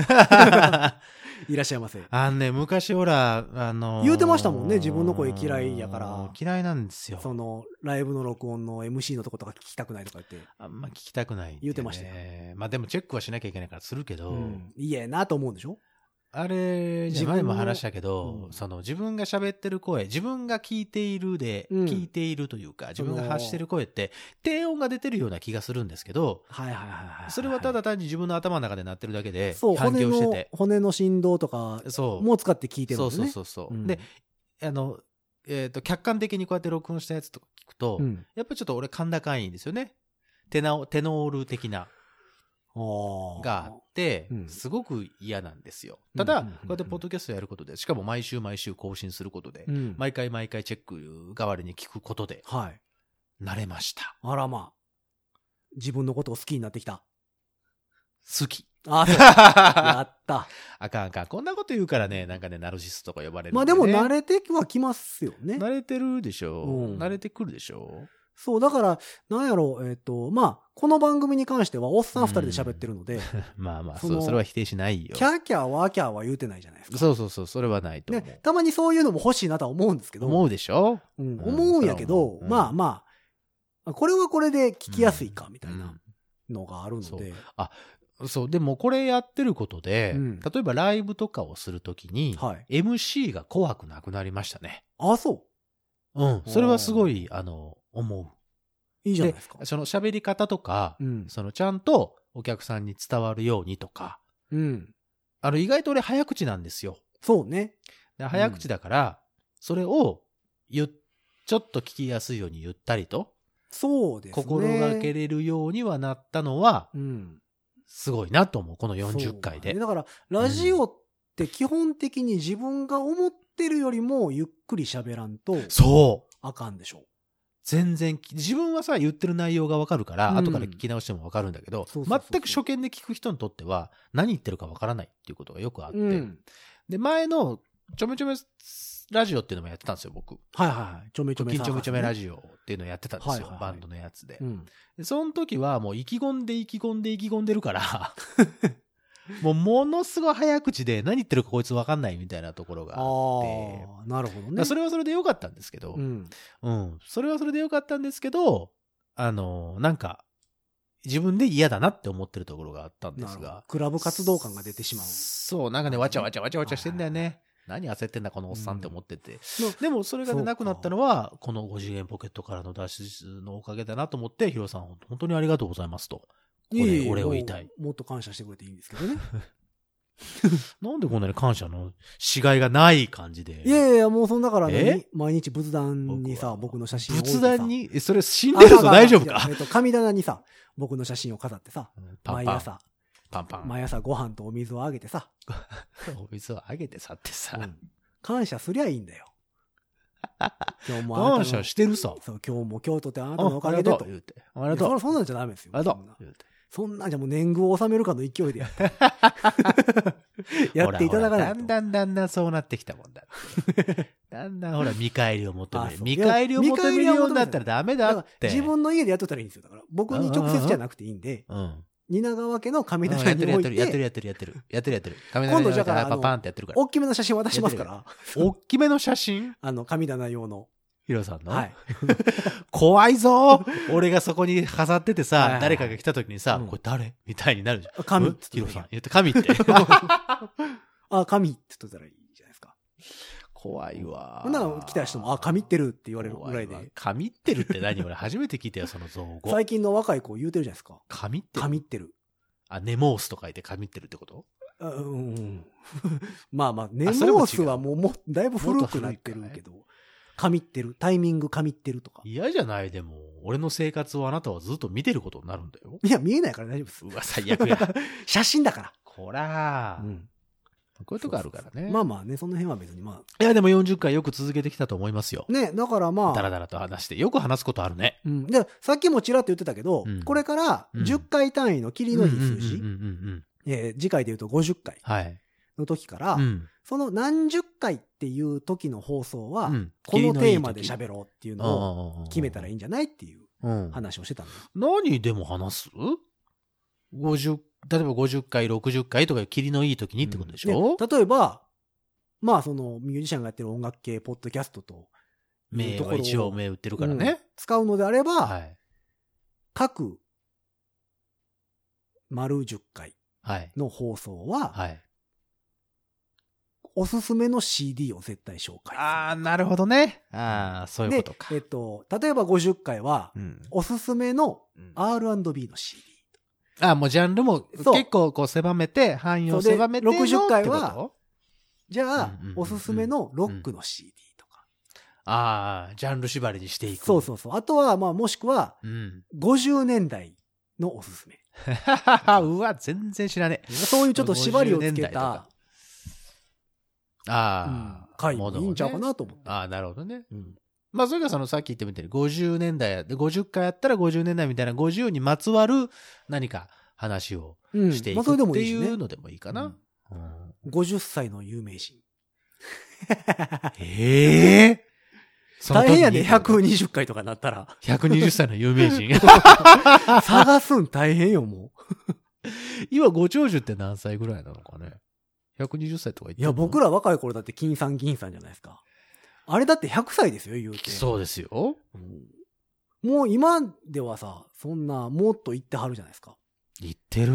Speaker 2: らっしゃいませ。
Speaker 3: あのね、昔ほら、あのー
Speaker 2: 言うてましたもんね自分の声嫌いやから
Speaker 3: 嫌いなんですよ。
Speaker 2: その、ライブの録音の MC のとことか聞きたくないとか言って。
Speaker 3: あんま聞きたくないんでね、
Speaker 2: 言うてましたよ
Speaker 3: まあでもチェックはしなきゃいけないからするけど、
Speaker 2: うん。いいえなと思うんでしょ
Speaker 3: あれ、
Speaker 2: 自
Speaker 3: 自
Speaker 2: 分の
Speaker 3: 前も話したけ
Speaker 2: う
Speaker 3: ど、
Speaker 2: ん
Speaker 3: その自分が喋ってる声、自分が聞いているで、
Speaker 2: うん
Speaker 3: 聞いているというか、自分が
Speaker 2: その
Speaker 3: 発してる声って、低音が出てるような気がするんですけど、
Speaker 2: はいはいはいはい。
Speaker 3: それはただ単に自分の頭の中で鳴ってるだけで、
Speaker 2: そう、
Speaker 3: 反
Speaker 2: 骨
Speaker 3: 響して
Speaker 2: の
Speaker 3: て、。
Speaker 2: 骨の振動とか
Speaker 3: そう。
Speaker 2: も使って聞いてるん
Speaker 3: そ
Speaker 2: です
Speaker 3: うそう
Speaker 2: ね。
Speaker 3: そうそう。
Speaker 2: うん
Speaker 3: で、、あの、えっ、と、客観的にこうやって録音したやつとか聞くと、
Speaker 2: うん。
Speaker 3: やっぱりちょっと俺、甲高いんですよね。テナオテノール的な。
Speaker 2: ああ。
Speaker 3: があって
Speaker 2: う、ん
Speaker 3: すごく嫌なんですよ。
Speaker 2: うん
Speaker 3: ただ、
Speaker 2: うん
Speaker 3: こうやってポッドキャストやることで、しかも毎週毎週更新することで
Speaker 2: う、ん。
Speaker 3: 毎回毎回チェック代わりに聞くことで、
Speaker 2: はい。
Speaker 3: 慣れました。
Speaker 2: あらまあ。自分のことを好きになってきた。
Speaker 3: 好き。
Speaker 2: あ、そう。やった。
Speaker 3: あかんあかん。こんなこと言うからね、なんかね、ナルシストとか呼ばれる、
Speaker 2: まあでも慣
Speaker 3: 慣れ、
Speaker 2: れてはきますよね。
Speaker 3: 慣れてるでしょ、
Speaker 2: うん
Speaker 3: 慣れてくるでしょ
Speaker 2: そう、だから、なんやろう、えっ、と、まあ、この番組に関しては、おっさん二人で喋ってるの で、
Speaker 3: まあまあ、
Speaker 2: そ
Speaker 3: そ
Speaker 2: の
Speaker 3: う、それは否定しないよ
Speaker 2: キ。ャーキャーワーキャーは言うてないじゃないですか。
Speaker 3: そうそうそう、それはないと思う。
Speaker 2: ね、たまにそういうのも欲しいなとは思うんですけど、
Speaker 3: 思うでしょ
Speaker 2: うん、思うんやけど、
Speaker 3: うん
Speaker 2: まあまあ、これはこれで聞きやすいか、みたい
Speaker 3: うん
Speaker 2: なのがあるの
Speaker 3: そう
Speaker 2: で、
Speaker 3: そう、でもこれやってることで、
Speaker 2: うん
Speaker 3: 例えばライブとかをするときに、
Speaker 2: はい。
Speaker 3: MC が怖くなくなりましたね。
Speaker 2: あ、そ
Speaker 3: うん。それはすごい、あの、思。
Speaker 2: う。いいうじゃない
Speaker 3: で
Speaker 2: ですか、。
Speaker 3: その喋り方とか、
Speaker 2: うん。
Speaker 3: そのちゃんとお客さんに伝わるようにとか、
Speaker 2: うん。
Speaker 3: あの、意外と俺早口なんですよ。
Speaker 2: そうね。
Speaker 3: で早口だから、それを、ゆ、ちょっと聞きやすいようにゆったりと、
Speaker 2: そうですね。
Speaker 3: 心がけれるようにはなったのは、
Speaker 2: うん。
Speaker 3: すごいなと思う。この
Speaker 2: そう
Speaker 3: 40回で。
Speaker 2: だから、ラジオって基本的に自分が思ってるよりもゆっくり喋らんと
Speaker 3: そう。
Speaker 2: あかんでしょ
Speaker 3: 全然き、自分はさ、言ってる内容がわかるから、
Speaker 2: うん
Speaker 3: 後から聞き直してもわかるんだけど、
Speaker 2: そうそうそうそう
Speaker 3: 全く初見で聞く人にとっては、何言ってるかわからないっていうことがよくあって、
Speaker 2: う。うん。
Speaker 3: で、前の、ちょめちょめラジオっていうのもやってたんですよ、僕。
Speaker 2: はいはいはい。ちょめちょ
Speaker 3: 直
Speaker 2: め
Speaker 3: 近ちょめちょめラ
Speaker 2: ジ
Speaker 3: ジオっていうのをやってたんですよ、
Speaker 2: はいはいはい
Speaker 3: バンドのやつで。
Speaker 2: うん。
Speaker 3: でその時はもう意気込んで意気込んで意気込んで るから、もうものすごい早口で何言ってるかこいつわかんないみたいなところが
Speaker 2: ああ
Speaker 3: あって、だか
Speaker 2: ー、なるほど
Speaker 3: ら
Speaker 2: ね。
Speaker 3: それはそれでよかったんですけど、
Speaker 2: うん。
Speaker 3: うん。それはそれでよかったんですけど、あの、なんか、自分で嫌だなって思ってるところがあったんで
Speaker 2: なる
Speaker 3: す
Speaker 2: ほど
Speaker 3: が。
Speaker 2: クラブ活動感が出てしまう。
Speaker 3: そう、なんかね、わちゃわちゃわちゃわちゃしてんだよね。何焦ってんだ、このおっさんって思ってて。でも、それがね
Speaker 2: そうか
Speaker 3: なくなったのは、この5次元ポケットからの脱出のおかげだなと思って、ヒロさん、本当にありがとうございますと。ここ
Speaker 2: いえい
Speaker 3: で
Speaker 2: え
Speaker 3: お礼を言いたい
Speaker 2: も。うもっと感謝してくれていいんですけ どね。
Speaker 3: なんでこんなに感謝のしがいがない感じで。
Speaker 2: いやいやいや、もうそんだからね
Speaker 3: え、
Speaker 2: 毎日仏壇にさ、
Speaker 3: 僕
Speaker 2: 僕の写真を置いて
Speaker 3: 仏
Speaker 2: さ。
Speaker 3: 壇に、えそれ死ん
Speaker 2: あ
Speaker 3: でる
Speaker 2: あ
Speaker 3: ぞ、
Speaker 2: あ
Speaker 3: 大丈夫
Speaker 2: いや
Speaker 3: か
Speaker 2: えっと、神棚にさ、僕の写真を飾ってさ、
Speaker 3: パン
Speaker 2: 毎
Speaker 3: パン。
Speaker 2: 朝、
Speaker 3: パンパン。
Speaker 2: 毎朝ご飯とお水をあげてさ、
Speaker 3: お水をあげてさってさ。
Speaker 2: うん 感謝すりゃいいん だよ。今日もあなたの
Speaker 3: 感謝してるさ。
Speaker 2: そう、今日も今日とってあなた
Speaker 3: あ
Speaker 2: のおかげで
Speaker 3: ありがと
Speaker 2: と。
Speaker 3: う
Speaker 2: いや
Speaker 3: 言うて。ありがとう。
Speaker 2: そそんなんじゃダメですよ。
Speaker 3: ありが
Speaker 2: そ
Speaker 3: と
Speaker 2: んな
Speaker 3: う言うて。
Speaker 2: そんなんじゃもう年貢を納めるかの勢いでや ってやっていただかない
Speaker 3: ほらほらだ
Speaker 2: と
Speaker 3: ん。だんだんだんそうなってきたもんだって。 だんだんほら、見返りを求め
Speaker 2: あ
Speaker 3: る。
Speaker 2: そう
Speaker 3: 見返りを求めるようになったらダメだ
Speaker 2: だ
Speaker 3: っ
Speaker 2: か
Speaker 3: て。
Speaker 2: ら自分の家でやっとったらいいんですよ。だから僕に直接じゃなくていいんで、
Speaker 3: うん。
Speaker 2: 蜷川家の神
Speaker 3: や
Speaker 2: 棚
Speaker 3: っ
Speaker 2: に
Speaker 3: てるやっ
Speaker 2: 置
Speaker 3: て
Speaker 2: い
Speaker 3: るやってる
Speaker 2: て、
Speaker 3: やってるやってる。やってるやってる。カメ
Speaker 2: 今度じゃあから
Speaker 3: パンパンってやってるから。
Speaker 2: 大きめの写真渡しますから、
Speaker 3: おっきめの写真
Speaker 2: あの、神棚用の。
Speaker 3: ヒロさんの。
Speaker 2: はい。
Speaker 3: 怖いぞー俺がそこに飾ってて
Speaker 2: はいはい
Speaker 3: さ
Speaker 2: は、い
Speaker 3: 誰かが来た時にさ
Speaker 2: う、ん
Speaker 3: これ誰みたいになるじゃん。
Speaker 2: 神
Speaker 3: う
Speaker 2: っ
Speaker 3: ん
Speaker 2: て
Speaker 3: ヒ
Speaker 2: 言
Speaker 3: ロ
Speaker 2: っとった
Speaker 3: さん
Speaker 2: ら。
Speaker 3: 言って、神って。
Speaker 2: あ、神って言っとったらいいじゃないですか。
Speaker 3: 怖いわ。
Speaker 2: ほんなら来た人も、あ、神ってるって言われるぐらい
Speaker 3: 怖わ
Speaker 2: で。
Speaker 3: 神ってるって何俺 初めて聞いたよ、その造語。
Speaker 2: 最近の若い子言うてるじゃないですか。
Speaker 3: 神ってる
Speaker 2: 神ってる。
Speaker 3: あ、ネモースと書いて神ってるってこと
Speaker 2: あうんうん。 まあまあ、ネモ
Speaker 3: あそれも違う
Speaker 2: ースはもう、もうだいぶ古くなってるけど、神ってる、タイミング神ってるとか。
Speaker 3: 嫌じゃないでも、俺の生活をあなたはずっと見てることになるんだ よ。
Speaker 2: いや、見えないから大丈夫です
Speaker 3: う。わ、最悪や。
Speaker 2: 写真だか
Speaker 3: こ
Speaker 2: ら。
Speaker 3: ら
Speaker 2: う
Speaker 3: ー。
Speaker 2: ん。
Speaker 3: こういうとこあるからね。
Speaker 2: まあまあね、その辺は別にま
Speaker 3: いや、でも40回よく続けてきたと思いますよ
Speaker 2: あ。。ね、だからま
Speaker 3: だら
Speaker 2: あ、
Speaker 3: だらと話して。よく話すことあるね。
Speaker 2: うん。で、さっきもちらっと言ってたけど、
Speaker 3: うん
Speaker 2: これから
Speaker 3: うん
Speaker 2: 10回単位の霧のいい数字、
Speaker 3: うんうんうんうんうん。
Speaker 2: えー次回で言うと50回
Speaker 3: はい。
Speaker 2: の時から、
Speaker 3: うん。
Speaker 2: その何十回っていう時の放送は、
Speaker 3: うん
Speaker 2: このテーマで喋ろうっていうのを
Speaker 3: を
Speaker 2: 決めたらい
Speaker 3: い。
Speaker 2: いんじゃないっていう
Speaker 3: うん。
Speaker 2: 話をしてたんです。
Speaker 3: 何でも話す ?50、例えば50回、60回とか、霧のいい時にってことでしょ、
Speaker 2: で例えば、まあそのミュージシャンがやってる音楽系、ポッドキャストと、
Speaker 3: 名は一応名打ってるから
Speaker 2: うん
Speaker 3: ね。
Speaker 2: 使うのであれば、
Speaker 3: はい。
Speaker 2: 各、丸10回
Speaker 3: はい。
Speaker 2: の放送は、
Speaker 3: はい。
Speaker 2: おすすめの CD を絶対紹介
Speaker 3: ああ、なるほどね。ああ、そう
Speaker 2: する
Speaker 3: いうことか
Speaker 2: で、え。っと、例えば50回は、
Speaker 3: うん。
Speaker 2: おすすめの
Speaker 3: うん
Speaker 2: R&B の CD。
Speaker 3: ああ、もうジャンルも
Speaker 2: そう
Speaker 3: 結構こう狭めて、範囲を
Speaker 2: そうで
Speaker 3: 狭めてのってこと。
Speaker 2: 60回はじゃあ
Speaker 3: うんうんうんう、ん
Speaker 2: おすすめのロックの CD とか。
Speaker 3: ああ、ジャンル縛りにしていく。
Speaker 2: そうそうそう。あとは、まあもしくは、
Speaker 3: う。うん。
Speaker 2: 50年代のおすすめ。
Speaker 3: うわ、全然知らねえ。
Speaker 2: そういうちょっと縛りをつ
Speaker 3: 50年
Speaker 2: け
Speaker 3: 代と
Speaker 2: た
Speaker 3: か、あ
Speaker 2: うん
Speaker 3: あ、
Speaker 2: 回も
Speaker 3: もの
Speaker 2: いいんちゃうか
Speaker 3: ね。
Speaker 2: なと思って。
Speaker 3: ああ、なるほどね。
Speaker 2: うん
Speaker 3: まあ、それがそのさっき言ってみたように、50年代や、で50回やったら50年代みたいな、50にまつわる何か話を
Speaker 2: うん。
Speaker 3: してい
Speaker 2: まあ
Speaker 3: く
Speaker 2: それで
Speaker 3: っ
Speaker 2: も
Speaker 3: て
Speaker 2: いい
Speaker 3: い
Speaker 2: し
Speaker 3: う
Speaker 2: ね。
Speaker 3: のでもいいかな。うん
Speaker 2: 50歳の有名人。
Speaker 3: ええその
Speaker 2: 大
Speaker 3: 時に
Speaker 2: 変やで、120回とかなった ら。
Speaker 3: 120歳の有 名人。
Speaker 2: 探すん大変よ、も
Speaker 3: 今、ご長寿って何歳ぐらいなのかね ?120 歳とか言っ
Speaker 2: う。
Speaker 3: て
Speaker 2: いや、僕
Speaker 3: ら。
Speaker 2: ら若い頃だって金さん銀さんじゃないですか。あれだって100歳ですよ、言うて。
Speaker 3: そうですよ。
Speaker 2: うんもう今ではさ、そんな、もっと行ってはるじゃないですか。
Speaker 3: 言ってる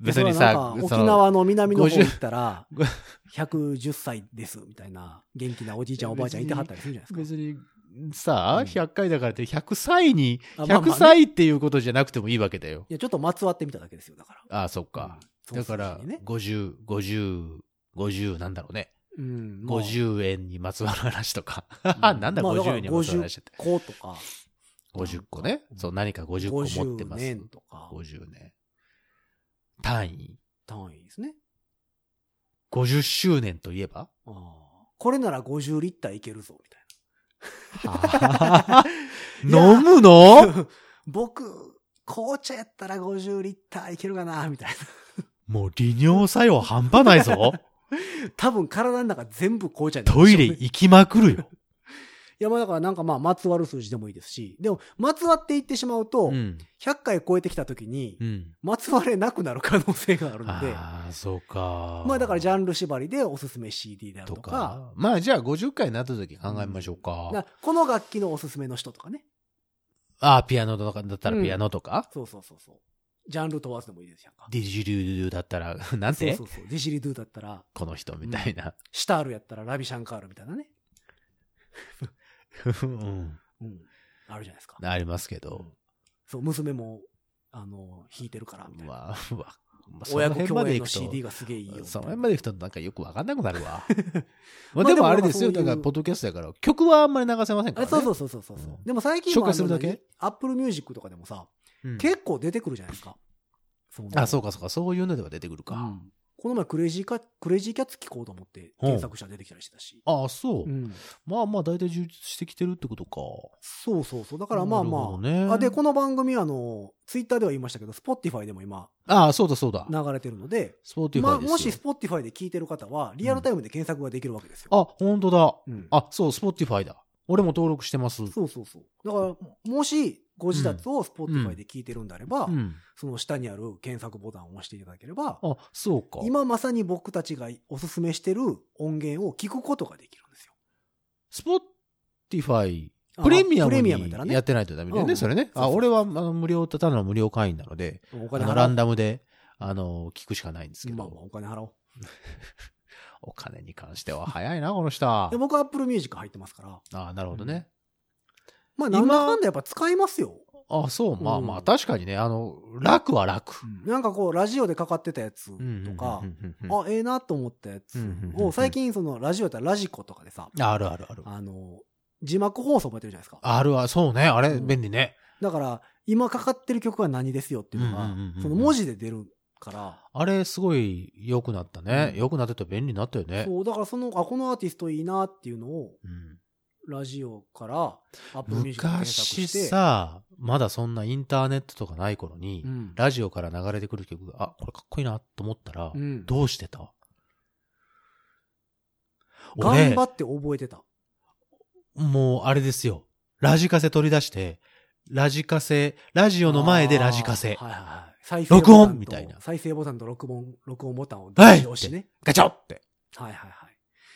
Speaker 3: 別に
Speaker 2: だから
Speaker 3: さ
Speaker 2: な、んか
Speaker 3: そ
Speaker 2: 沖
Speaker 3: の
Speaker 2: 縄の南の方
Speaker 3: 50
Speaker 2: 行ったら
Speaker 3: ご、
Speaker 2: 110歳です、みたいな、元気なおじいちゃんおばあちゃんいてはったりするじゃないです
Speaker 3: 別にさ、
Speaker 2: うん
Speaker 3: 100回だからって100歳に、
Speaker 2: か。あまあまあ
Speaker 3: 100
Speaker 2: ね
Speaker 3: 歳っていうことじゃなくてもいいわけだよ。
Speaker 2: いや、ちょっとまつわってみただけですよ、だから。
Speaker 3: ああ、そっか。
Speaker 2: うん
Speaker 3: だから、
Speaker 2: そうですね
Speaker 3: 50、50、50なんだろうね。
Speaker 2: うん。まあ
Speaker 3: 50円にまつわる話とか。
Speaker 2: うん
Speaker 3: なんだ
Speaker 2: まあだか
Speaker 3: 50
Speaker 2: ら
Speaker 3: 円にまつわる話って。
Speaker 2: こうとか、
Speaker 3: 50個ね。そう、何か50個持って
Speaker 2: 50
Speaker 3: ます。
Speaker 2: 年とか、
Speaker 3: 50年。単位。
Speaker 2: 単位ですね。
Speaker 3: 50周年といえば
Speaker 2: ああこれなら50リッターいけるぞ、みたいな。
Speaker 3: 飲むの
Speaker 2: 僕、紅茶やったら50リッターいけるかな、み たい
Speaker 3: もう利尿作用半端ない ぞ。
Speaker 2: な。多分体の中全部紅茶になる
Speaker 3: トイレ
Speaker 2: い
Speaker 3: 行きまくるよ。
Speaker 2: や、まあだからなんかまあ、まつわる数字でもいいですし、でも、まつわっていってしまうと、
Speaker 3: うん。
Speaker 2: 100回超えてきた時に
Speaker 3: う、ん。
Speaker 2: まつわれなくなる可能性があるので、
Speaker 3: ああ、そうか。
Speaker 2: まあだからジ
Speaker 3: ん
Speaker 2: ャンル縛りでおすすめ CD である
Speaker 3: と
Speaker 2: とか、
Speaker 3: か。まあじゃあ50回になった時考えましょうか。
Speaker 2: なこの楽器のおすすめの人とかね。
Speaker 3: ああ、ピアノとかだったらピアノとか。
Speaker 2: そうそうそうそう。ジャンル問わずでもいいですやんか。
Speaker 3: ディジリュードゥだったら、 なんて
Speaker 2: そうそうそう。ディシリドゥだったら、
Speaker 3: この人みたいな。
Speaker 2: シタールやったらラビシャンカールみたいなね。
Speaker 3: うん。
Speaker 2: うん。あるじゃないですか。
Speaker 3: ありますけ
Speaker 2: う
Speaker 3: ど
Speaker 2: ん。そう、娘も、あの、弾いてるから、みたいな。
Speaker 3: まあ、うわ。まあその
Speaker 2: 親子
Speaker 3: 辺
Speaker 2: 共
Speaker 3: まで
Speaker 2: 演
Speaker 3: 行
Speaker 2: の
Speaker 3: くと
Speaker 2: CD がすげえいいよみたいな。
Speaker 3: その辺まで行くとなんかよくわかんなくなるわ。
Speaker 2: ま
Speaker 3: まあ
Speaker 2: あ
Speaker 3: で
Speaker 2: で
Speaker 3: も
Speaker 2: も
Speaker 3: あれですよ。
Speaker 2: なんかそういう
Speaker 3: だから、ポッドキャストだから、曲はあんまり流せませんか
Speaker 2: あ
Speaker 3: ら
Speaker 2: れ
Speaker 3: ね。
Speaker 2: そうそうそうそうそう。
Speaker 3: うん
Speaker 2: でも最近は
Speaker 3: 紹介するだけ
Speaker 2: あの何アップルミュージックとかでもさ、
Speaker 3: うん
Speaker 2: 結構出てくるじゃないですか。そう
Speaker 3: あ、そううかそうか。そういうのでは出てくる
Speaker 2: か。
Speaker 3: か。
Speaker 2: この前クレイジーか、クレイジーキャッツ聞こうと思って検索したら出てきたりしてたし。
Speaker 3: ああ、そう
Speaker 2: う。ん。
Speaker 3: まあまあ、大体充実してきてるってことか。
Speaker 2: そうそうそう。だからまあま
Speaker 3: なる
Speaker 2: あ
Speaker 3: ほど、ね
Speaker 2: あで、この番組はあの、ツイッターでは言いましたけど、Spotify でも今
Speaker 3: ああ、そうだそうだ。
Speaker 2: 流れてるので、
Speaker 3: スポーティフ
Speaker 2: ま
Speaker 3: ァ
Speaker 2: あ、
Speaker 3: イですよ。
Speaker 2: もし Spotify で聞いてる方は、リアルタイムで検索ができるわけですよ。
Speaker 3: あ、本当だ。
Speaker 2: うん
Speaker 3: あ、そう、スポーティファイだ。俺も登録してます。う
Speaker 2: そうそうそう。だから、もし、ご自宅を
Speaker 3: うん
Speaker 2: Spotify で聞いてるんであれば、
Speaker 3: ん。
Speaker 2: その下にある検索ボタンを押していただければ、
Speaker 3: あ、そうか。
Speaker 2: 今まさに僕たちがおすすめしてる音源を聞くことができるんですよ。
Speaker 3: スポーティファイ、
Speaker 2: あ
Speaker 3: プレミア
Speaker 2: プ
Speaker 3: ム
Speaker 2: レミアムやったら
Speaker 3: にやっ
Speaker 2: ね、
Speaker 3: てないとダメだよ
Speaker 2: う
Speaker 3: ね、
Speaker 2: ん
Speaker 3: それね。
Speaker 2: そう
Speaker 3: あ、
Speaker 2: そう
Speaker 3: 俺は、あの、無料、ただの無料会員なので、
Speaker 2: お
Speaker 3: あ
Speaker 2: 金払お
Speaker 3: の
Speaker 2: う。
Speaker 3: ランダムで、あの、聞くしかないんですけ
Speaker 2: まあまあ
Speaker 3: ど、
Speaker 2: お金払おう。
Speaker 3: お金に関しては早いな、この人は
Speaker 2: で、。僕は Apple Music 入ってますから、
Speaker 3: あなるほどね。
Speaker 2: まあ、
Speaker 3: 今
Speaker 2: なんだかんだやっぱ使いますよ。
Speaker 3: あそう、まあま
Speaker 2: う
Speaker 3: あ、
Speaker 2: ん
Speaker 3: 確かにね、あの、楽は楽。
Speaker 2: なんかこう、ラジオでかかってたやつとか
Speaker 3: う、んうんうんうんうん
Speaker 2: あ、ええなと思ったやつ
Speaker 3: うんうんうんう
Speaker 2: を、
Speaker 3: ん
Speaker 2: 最近そのラジオやったらラジコとかでさ、
Speaker 3: ああるあるある。
Speaker 2: あの、字幕放送もやってるじゃないですか。
Speaker 3: あるわ、そうね、あれ、
Speaker 2: うん
Speaker 3: 便利ね。
Speaker 2: だから、今かかってる曲は何ですよっていうの
Speaker 3: う
Speaker 2: が
Speaker 3: んうんうんうん、
Speaker 2: その文字で出るから、
Speaker 3: あれ、すごい良くなったね。
Speaker 2: うん
Speaker 3: 良くなってと便利になったよね。
Speaker 2: そう、だからその、あ、このアーティストいいなっていうのを、
Speaker 3: うん
Speaker 2: ラジオからアップルミュージック検索
Speaker 3: 昔
Speaker 2: して。
Speaker 3: さ、まだそんなインターネットとかない頃に、
Speaker 2: うん、
Speaker 3: ラジオから流れてくる曲が、あ、これかっこいいなと思ったら、
Speaker 2: うん
Speaker 3: どうしてた
Speaker 2: 頑
Speaker 3: 俺
Speaker 2: 張、って覚えてた。
Speaker 3: もうあれですよ。ラジカセ取り出して、ラジカセ、ラジオの前でラジカセ
Speaker 2: あー。はいはいはい再生ボタンと
Speaker 3: 録音みたいな
Speaker 2: 再生ボタンと録音、録音ボタンを
Speaker 3: はい
Speaker 2: 押してね。
Speaker 3: ガチャって。
Speaker 2: はいはいは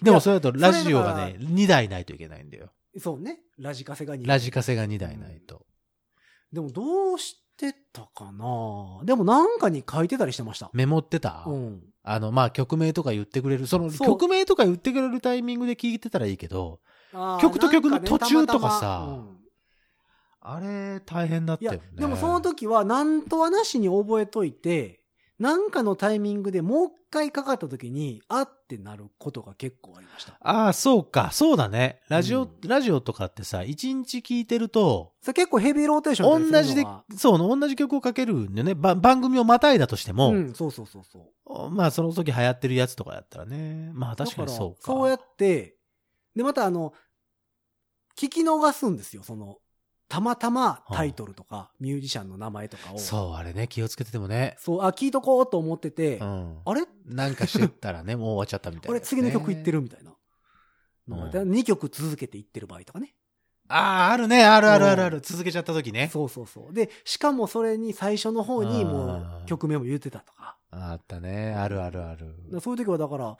Speaker 3: でもそれだとラジオ
Speaker 2: そ
Speaker 3: が
Speaker 2: れ
Speaker 3: ね、
Speaker 2: だ
Speaker 3: 2台ないといけないんだよ。
Speaker 2: い。そうね。ラジカセが2
Speaker 3: ラジカセが2台ないと。
Speaker 2: でもどうしてたかなでもなんかに書いてたりしてました。
Speaker 3: メモってた、
Speaker 2: うん。
Speaker 3: あの、まあ、曲名とか言ってくれる、その
Speaker 2: そう
Speaker 3: 曲名とか言ってくれるタイミングで聞いてたらいいけど、
Speaker 2: あー
Speaker 3: 曲と曲の
Speaker 2: なんね
Speaker 3: 途中とか
Speaker 2: た
Speaker 3: さ
Speaker 2: またまうん
Speaker 3: あれ、大変だっ
Speaker 2: い
Speaker 3: たよ
Speaker 2: や
Speaker 3: ね。、
Speaker 2: でもその時はなんとはなしに覚えといて、なんかのタイミングでもう一回かかった時に、あってなることが結構ありました。
Speaker 3: ああ、そうか、そうだね。ラジオ、
Speaker 2: うん
Speaker 3: ラジオとかってさ、一日聞いてると、
Speaker 2: それ結構ヘビーローテーショ
Speaker 3: 同
Speaker 2: ンだったり
Speaker 3: じ
Speaker 2: する
Speaker 3: で
Speaker 2: のが、
Speaker 3: そう、同じ曲をかけるんだよね。ば番組をまたいだとしても、
Speaker 2: うん、そうそうそうそう。
Speaker 3: まあ、その時流行ってるやつとかやったらね。まあ、確かにそう
Speaker 2: だ
Speaker 3: か。
Speaker 2: らそうやって、で、またあの、聞き逃すんですよ、その、たまたまタイトルとか、ミュージシャンの名前とかを、
Speaker 3: そう、あれね、気をつけててもね。
Speaker 2: そう、あ、聞いとこうと思ってて、
Speaker 3: うん。
Speaker 2: あれ
Speaker 3: なんかしてたらね、もう終わっちゃったみたいな、
Speaker 2: 俺次の曲いって
Speaker 3: る。
Speaker 2: るみたいな。
Speaker 3: うん
Speaker 2: 2曲続けていってる場合とかね。
Speaker 3: ああ、あるね、あるあるあるある。続けちゃった時ね。
Speaker 2: そうそうそう。で、しかもそれに最初の方にも
Speaker 3: あー
Speaker 2: う曲名も言ってたとか。
Speaker 3: あったね、あるあるある。
Speaker 2: だからそういう時はだから、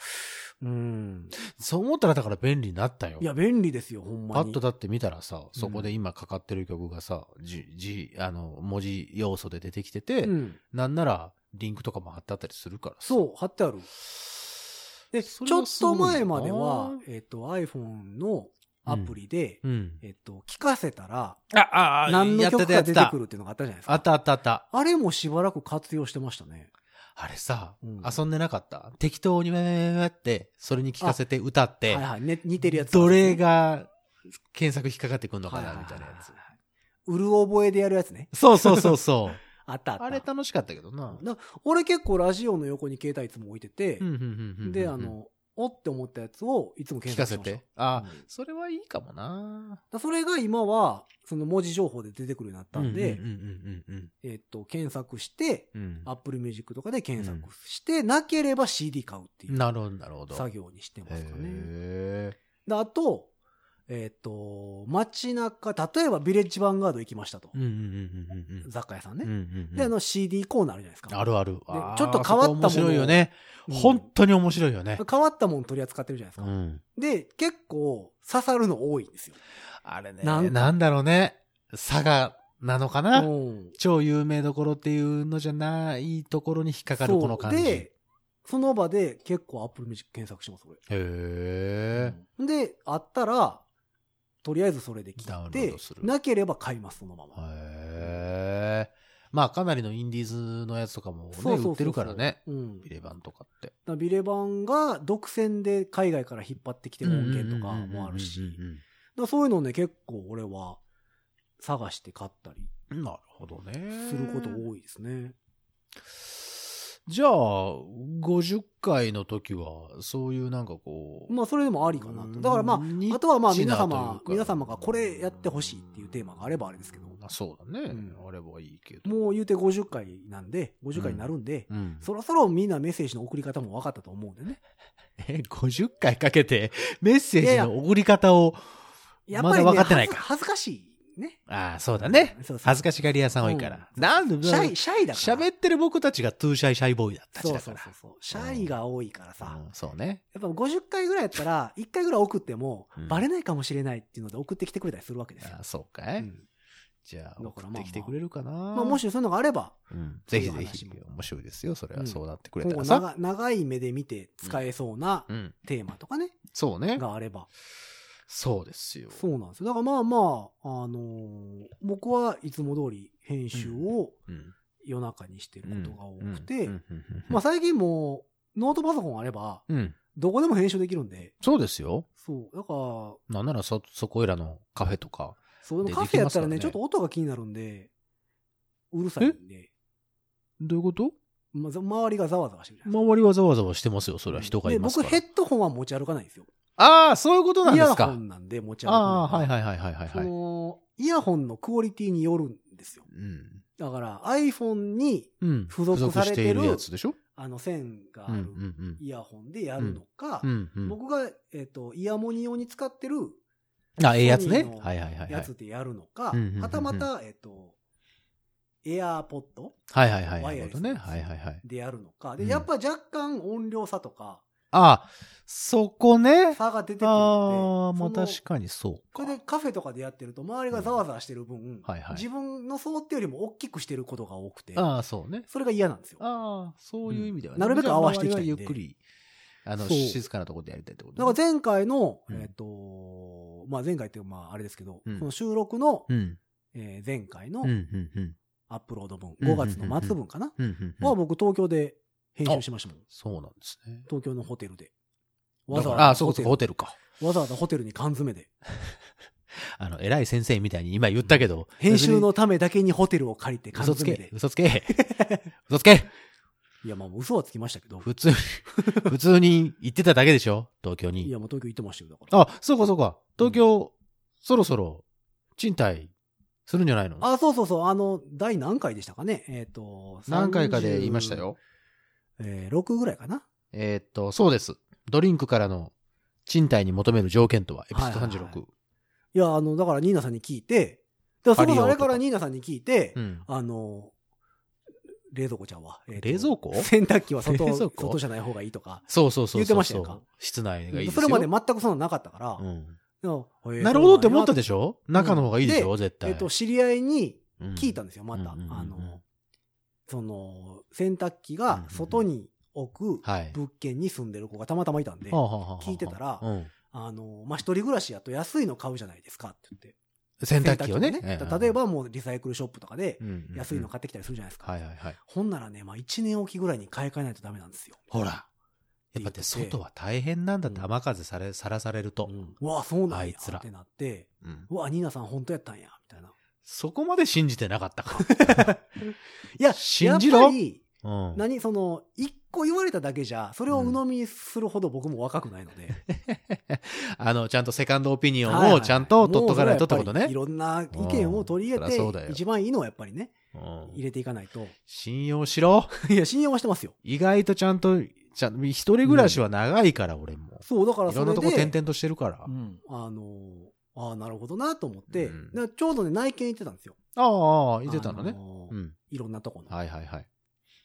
Speaker 2: うん。
Speaker 3: そう思ったらだから便利になったよ。
Speaker 2: いや、便利ですよ、ほんま
Speaker 3: パ
Speaker 2: に。
Speaker 3: ッとだって見たらさ、そこで今かかってる曲がさ、じ、じ、あの、文字要素で出てきてて、
Speaker 2: うん。
Speaker 3: なんなら、リンクとかも貼ってあったりするからさ
Speaker 2: そう、貼ってある。で、ち
Speaker 3: それ
Speaker 2: ょっ
Speaker 3: はす
Speaker 2: と
Speaker 3: ごいな
Speaker 2: 前までは、えっと、iPhone のアプリで、
Speaker 3: うん。
Speaker 2: えっと、聞かせたら、
Speaker 3: あ、あ、あ、
Speaker 2: 何の
Speaker 3: やって
Speaker 2: 曲
Speaker 3: たや
Speaker 2: が
Speaker 3: って
Speaker 2: 出て
Speaker 3: た
Speaker 2: く。るっていうのがあったじゃないですか。
Speaker 3: あったあったあった。
Speaker 2: あれもしばらく活用してましたね。
Speaker 3: あれさ、
Speaker 2: うん
Speaker 3: 遊んでなかった適当にわーわーって、それに聞かせて歌って、
Speaker 2: はいはい。ね、似てるやつ。
Speaker 3: どれが検索引っかかってくるの
Speaker 2: は
Speaker 3: か
Speaker 2: いは
Speaker 3: な、
Speaker 2: いはい
Speaker 3: みたいなやつ。
Speaker 2: うる覚えでやるやつね。
Speaker 3: そうそうそ うそう。
Speaker 2: あったあった。
Speaker 3: あれ楽しかったけどな。
Speaker 2: な俺結構ラジオの横に携帯いつも置いてて、
Speaker 3: うんうんうんうんうん
Speaker 2: で、あ、の、おって思ったやつをいつも検
Speaker 3: 聞か
Speaker 2: 索し
Speaker 3: せ
Speaker 2: てましてた。。
Speaker 3: あ
Speaker 2: う、ん
Speaker 3: それはいいかもな。
Speaker 2: だそれが今は、その文字情報で出てくるようになったんで、
Speaker 3: うんうんうんうん
Speaker 2: えっと、検索して、
Speaker 3: うんうん。
Speaker 2: Apple Music とかで検索して、なければ CD 買うっていう
Speaker 3: なるほど、なるほど。
Speaker 2: 作業にしてますかね。
Speaker 3: へ
Speaker 2: であと、えっ、と、街中、例えばビレッジヴァンガード行きましたと
Speaker 3: ー。うんうんうんうんうんうん。
Speaker 2: 雑貨屋さんね。
Speaker 3: うんうんうん
Speaker 2: で、あの CD コーナーあるじゃないですか。
Speaker 3: あるある。あー
Speaker 2: ちょっと変わったものを
Speaker 3: そこ面白いよね。
Speaker 2: うん
Speaker 3: 本当に面白いよね。
Speaker 2: 変わったもの取り扱ってるじゃないです
Speaker 3: う
Speaker 2: か。
Speaker 3: ん。
Speaker 2: で、結構刺さるの多いんですよ。
Speaker 3: あれね。
Speaker 2: なんか
Speaker 3: なんだろうね。佐賀なのかな
Speaker 2: うん
Speaker 3: 超有名どころっていうのじゃないところに引っかかる
Speaker 2: そう
Speaker 3: この感じ。へ
Speaker 2: で、その場で結構 Apple Music 検索します、俺。
Speaker 3: え。
Speaker 2: うんで、あったら、とりあえずそれで
Speaker 3: ダ
Speaker 2: 聞
Speaker 3: ウ
Speaker 2: い
Speaker 3: ンロー
Speaker 2: て
Speaker 3: ドす、る
Speaker 2: なければ買います、そのまま。
Speaker 3: へえ。まあ、かなりのインディーズのやつとかも
Speaker 2: そうそう
Speaker 3: ね、
Speaker 2: そうそう
Speaker 3: 売ってるからね。
Speaker 2: うん。だ
Speaker 3: ビ
Speaker 2: か
Speaker 3: レバンとかって。
Speaker 2: らビレバンが独占で海外から引っ張ってきてる音源とかもあるし、だ
Speaker 3: うん
Speaker 2: か
Speaker 3: うん
Speaker 2: らそういうのね、結構俺は探して買ったり
Speaker 3: うんうん。なるほどね。
Speaker 2: すること多いですね。
Speaker 3: じゃあ、50回の時は、そういうなんかこう。
Speaker 2: まあそれでもありかな
Speaker 3: う
Speaker 2: と。
Speaker 3: ん
Speaker 2: だからま
Speaker 3: ニッチ
Speaker 2: あ、あとはまあ皆
Speaker 3: な
Speaker 2: 様、
Speaker 3: というか
Speaker 2: 皆様がこれやってほしいっていうテーマがあればあれですけど、
Speaker 3: まあそうだね、
Speaker 2: うん
Speaker 3: あればいいけど。
Speaker 2: もう言うて50回なんで、50回になるんで、
Speaker 3: うん、
Speaker 2: そろそろみんなメッセージの送り方も分かったと思うんでね。
Speaker 3: え、50回かけて、 メッセー
Speaker 2: いやい
Speaker 3: ジ
Speaker 2: や
Speaker 3: の送り方を、
Speaker 2: やっ
Speaker 3: ま
Speaker 2: ぱり、
Speaker 3: だ
Speaker 2: ね、
Speaker 3: 分かってないか
Speaker 2: 恥ず恥ずかしいね。
Speaker 3: ああ、そうだね。
Speaker 2: そうそう
Speaker 3: 恥ずかしがり屋さん多いから。
Speaker 2: うん
Speaker 3: なんで、
Speaker 2: シャイ、シャイだから。
Speaker 3: 喋ってる僕たちがトゥーシャイシャイボーイだったち
Speaker 2: そう
Speaker 3: だ
Speaker 2: そ
Speaker 3: か
Speaker 2: う
Speaker 3: ら。
Speaker 2: そうそう。シャイが多いからさ、
Speaker 3: うんそうね。
Speaker 2: やっぱ50回ぐらいやった ら、1回ぐらい送っても
Speaker 3: うん、
Speaker 2: バレないかもしれないっていうので送ってきてくれたりするわけですよ
Speaker 3: あ。あそうかい、
Speaker 2: うん
Speaker 3: じゃあ、
Speaker 2: だか
Speaker 3: 送
Speaker 2: らまあま
Speaker 3: っ
Speaker 2: あ
Speaker 3: てきてくれるかな、
Speaker 2: まあ、もしそういうのがあれば、
Speaker 3: うんぜひ
Speaker 2: そうい
Speaker 3: ぜ
Speaker 2: う話
Speaker 3: ひ
Speaker 2: も、
Speaker 3: 面白いですよ。それ
Speaker 2: う
Speaker 3: は
Speaker 2: ん
Speaker 3: そうなってくれ
Speaker 2: 今
Speaker 3: た
Speaker 2: 後
Speaker 3: らさ。
Speaker 2: 長長い目で見て使えそうな
Speaker 3: うん。
Speaker 2: テーマとかね、
Speaker 3: そうね。
Speaker 2: があれば。
Speaker 3: そうですよ。
Speaker 2: そうなんですよ。だからまあまあ、あのー僕はいつも通り編集を
Speaker 3: うん。
Speaker 2: 夜中にしてることが多くて、
Speaker 3: うん、うんうん
Speaker 2: まあ最近もうノートパソコンあれば、
Speaker 3: うん。
Speaker 2: どこでも編集できるんで、
Speaker 3: そうですよ。
Speaker 2: そう、だから、
Speaker 3: なんならそ、そこいらのカフェとか。
Speaker 2: そう、で
Speaker 3: で
Speaker 2: もカフェやったらね、
Speaker 3: できますからね
Speaker 2: ちょっと音が気になるんで、うるさいんで、
Speaker 3: どういうこと
Speaker 2: まざ周りがざわざわしてるじゃない
Speaker 3: 周りはざわざわしてますよ。それは人がいますから。
Speaker 2: で、僕ヘッドホンは持ち歩かないんですよ。
Speaker 3: ああ、そういうことな
Speaker 2: イ
Speaker 3: んで
Speaker 2: ヤ
Speaker 3: す
Speaker 2: ホ
Speaker 3: か。
Speaker 2: ンなんで持ち歩くの
Speaker 3: ああ、はい
Speaker 2: い。
Speaker 3: はいはいはいはい
Speaker 2: そ
Speaker 3: はい。
Speaker 2: の、イヤホンのクオリティによるんですよ。
Speaker 3: うん。
Speaker 2: だから iPhone に
Speaker 3: うん。
Speaker 2: 付属されてる
Speaker 3: 付属していやつでしょ
Speaker 2: あの線が
Speaker 3: うん
Speaker 2: あ
Speaker 3: う
Speaker 2: る
Speaker 3: ん
Speaker 2: イヤホンでやるのか、
Speaker 3: うん。うん
Speaker 2: 僕が、えっとイヤモニ用に使ってる
Speaker 3: うん。あ、ええやつ
Speaker 2: ソ
Speaker 3: ね
Speaker 2: ニー。の
Speaker 3: はいはいはいは
Speaker 2: や
Speaker 3: い。
Speaker 2: つでやるのか、
Speaker 3: うんうんうんうん
Speaker 2: はたまた、えっ、と、エアーポッド
Speaker 3: はいはいはい。な
Speaker 2: ワイ
Speaker 3: る
Speaker 2: ヤ
Speaker 3: ほ
Speaker 2: レス
Speaker 3: どね。はいはいはい。
Speaker 2: でやるのか、で、
Speaker 3: うん
Speaker 2: やっぱ若干音量差とか、
Speaker 3: ああ、そこね。
Speaker 2: 差が出てくる
Speaker 3: ああ、
Speaker 2: ので、
Speaker 3: まあ
Speaker 2: その
Speaker 3: 確かにそう
Speaker 2: こ
Speaker 3: か。
Speaker 2: れでカフェとかでやってると、周りがざわざわしてる分、
Speaker 3: はいはい
Speaker 2: 自分の想定よりも大きくしてることが多くて、
Speaker 3: ああ、そうね。
Speaker 2: それが嫌なんですよ。だ
Speaker 3: ああ、そういう意味ではね。
Speaker 2: うんなるべく合わせていきたいんで
Speaker 3: じゃあ周りはゆっくり、あの、
Speaker 2: そう
Speaker 3: 静かなところでやりたいってこと
Speaker 2: から前回の、
Speaker 3: うん
Speaker 2: えっ、と、まあ前回っていうかまああれですけど、
Speaker 3: うん
Speaker 2: この収録の、
Speaker 3: うん。
Speaker 2: えー前回
Speaker 3: う
Speaker 2: の
Speaker 3: ん、うん、うん。
Speaker 2: アップロード分、
Speaker 3: うん
Speaker 2: 5月の末分かな、
Speaker 3: うんうんうん
Speaker 2: は僕東京で編集しましたもん。
Speaker 3: そうなんですね。
Speaker 2: 東京のホテルで。わ
Speaker 3: だ
Speaker 2: ざ
Speaker 3: か
Speaker 2: わ
Speaker 3: ら、
Speaker 2: ざ
Speaker 3: あ、そう
Speaker 2: ホ
Speaker 3: かそ
Speaker 2: テ
Speaker 3: う
Speaker 2: ル
Speaker 3: か、ホテルか。
Speaker 2: わざわざホテルに缶詰で。
Speaker 3: あの、偉い先生みたいに今言ったけど。
Speaker 2: 編集のためだけにホテルを借りて缶
Speaker 3: 嘘つ
Speaker 2: 詰
Speaker 3: け
Speaker 2: で、。
Speaker 3: 嘘つけ。 嘘つけ。
Speaker 2: いや、まあ嘘はつきましたけど。
Speaker 3: 普通に、普通に行ってただけでしょ東京
Speaker 2: い
Speaker 3: に。
Speaker 2: や、もう東京行ってましたよ、だから。
Speaker 3: あ、そうかそうか。東京、そろそろ、賃貸、するんじゃないの
Speaker 2: あ、そうそうそう。あの、第何回でしたかねえっ、と、
Speaker 3: 何回かで言いました。よ。
Speaker 2: えー、6ぐらいかな。
Speaker 3: えーっと、そうです。ドリンクからの賃貸に求める条件とは、エピソード
Speaker 2: はい
Speaker 3: 36。
Speaker 2: はいはいや、あの、だからニーナさんに聞いて、だからそこそあれからニーナさんに聞いて、
Speaker 3: うん。
Speaker 2: あの、冷蔵庫ちゃんは。えーと
Speaker 3: 冷蔵庫
Speaker 2: 洗濯機は外
Speaker 3: 冷蔵庫
Speaker 2: 外じゃない方がいいとか。
Speaker 3: そうそうそ
Speaker 2: 言
Speaker 3: うそうそう。
Speaker 2: ってましたやんか
Speaker 3: 室内がいいです
Speaker 2: そ
Speaker 3: よ。
Speaker 2: れまで全くそんなのなかったから。
Speaker 3: う
Speaker 2: でもえー
Speaker 3: ん、なるほどって思ったで
Speaker 2: し
Speaker 3: しょ中の方がいいでしょ、絶
Speaker 2: ょえ
Speaker 3: 対。
Speaker 2: っ、と、知り合いに
Speaker 3: うん
Speaker 2: 聞いたんですよ、また。
Speaker 3: うんうんうんうん
Speaker 2: あの、その、洗濯機が外に置く
Speaker 3: はい。
Speaker 2: 物件に住んでる子がたまたまいたんで、
Speaker 3: はあはあはあはあ
Speaker 2: 聞いてたら
Speaker 3: うん
Speaker 2: あの、まあ、一人暮らしやと安いの買うじゃないですかって言って。
Speaker 3: 洗濯機をね
Speaker 2: 洗。
Speaker 3: え
Speaker 2: 濯
Speaker 3: え
Speaker 2: 例え、ばもうリサイクルショップとかで
Speaker 3: うんうんうん
Speaker 2: 安いの買ってきたりするじゃないですか。
Speaker 3: はいはいはい。
Speaker 2: ほんならね、まあ、1年おきぐらいに買い替えないとダメなんですよ。
Speaker 3: ほら。やっぱ
Speaker 2: って
Speaker 3: ね、
Speaker 2: 言って
Speaker 3: 外は大変なんだって、雨風され、さらされると
Speaker 2: う。んうわ、そうな
Speaker 3: あ
Speaker 2: ん
Speaker 3: い
Speaker 2: や
Speaker 3: つら
Speaker 2: ってなって、
Speaker 3: うん
Speaker 2: うわ、ニーナさん本当やったんや、みたいな。
Speaker 3: そこまで信じてなかったか。
Speaker 2: いや、
Speaker 3: 信じろ
Speaker 2: やっぱり、
Speaker 3: うん
Speaker 2: 何、その、一個言われただけじゃ、それを鵜呑みにするほど僕も若くないので。
Speaker 3: あの、ちゃんとセカンドオピニオ
Speaker 2: はい
Speaker 3: ン
Speaker 2: は
Speaker 3: を
Speaker 2: い
Speaker 3: ちゃんと取っとかないとってこ
Speaker 2: も
Speaker 3: と
Speaker 2: う
Speaker 3: ね
Speaker 2: そ。れはやっぱりいろんな意見を取り入
Speaker 3: うんそりゃそ
Speaker 2: れ
Speaker 3: うだ
Speaker 2: て、
Speaker 3: よ
Speaker 2: 一番いいのはやっぱりね、
Speaker 3: うん
Speaker 2: 入れていかない と。
Speaker 3: 信用しろ。
Speaker 2: いや、信用はしてますよ。
Speaker 3: 意外とちゃんと、ちゃん一人暮らしは長いから、俺も。
Speaker 2: そう、だから
Speaker 3: い
Speaker 2: それ
Speaker 3: ろん
Speaker 2: で。
Speaker 3: なとこ転々としてるから。
Speaker 2: うん、あのああ、なるほどなと思って、
Speaker 3: うん
Speaker 2: でちょうどね、内見行ってたんですよ。
Speaker 3: ああああ、言ってたの
Speaker 2: あ
Speaker 3: ね。
Speaker 2: のー
Speaker 3: うん。
Speaker 2: いろんなとこの。
Speaker 3: はいはいはい。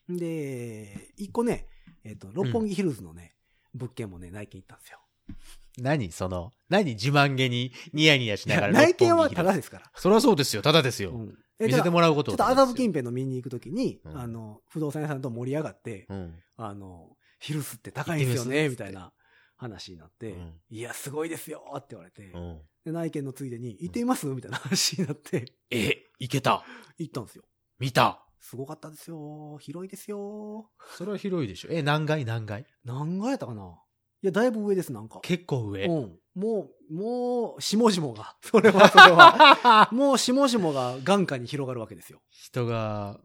Speaker 2: で、一個ね、えっ、と、六本木ヒルズのね、物件もね、内見行ったんですよ。
Speaker 3: 何その、何自慢げにニヤニヤしなが ら。
Speaker 2: 内見は
Speaker 3: 六本木
Speaker 2: た
Speaker 3: に
Speaker 2: だですから。
Speaker 3: そりゃそうですよ、ただです
Speaker 2: う
Speaker 3: よ。
Speaker 2: ん、え
Speaker 3: 見せてもらうこと
Speaker 2: ちょ
Speaker 3: は
Speaker 2: っと麻布近辺の見に行くときに、
Speaker 3: うん
Speaker 2: あの、不動産屋さんと盛り上がって、
Speaker 3: うん。
Speaker 2: あの、ヒルズって高いんですよね、
Speaker 3: 行っ
Speaker 2: み
Speaker 3: て
Speaker 2: た
Speaker 3: み
Speaker 2: い
Speaker 3: ます
Speaker 2: な話になって、
Speaker 3: うん
Speaker 2: いや、すごいですよって言われて、
Speaker 3: うん。
Speaker 2: で内見のついでに、行ってみますみたいな話になって、
Speaker 3: え、いけた。
Speaker 2: 行ったんですよ。
Speaker 3: 見た。
Speaker 2: すごかったですよ。広いですよ。
Speaker 3: それは広いでしょ。え、何階何階
Speaker 2: 何階やったかないや、だいぶ上です、なんか。
Speaker 3: 結構上。
Speaker 2: うん。もう、もう、下々が。 それは、それ は。もう、下々が眼下に広がるわけですよ。
Speaker 3: 人 が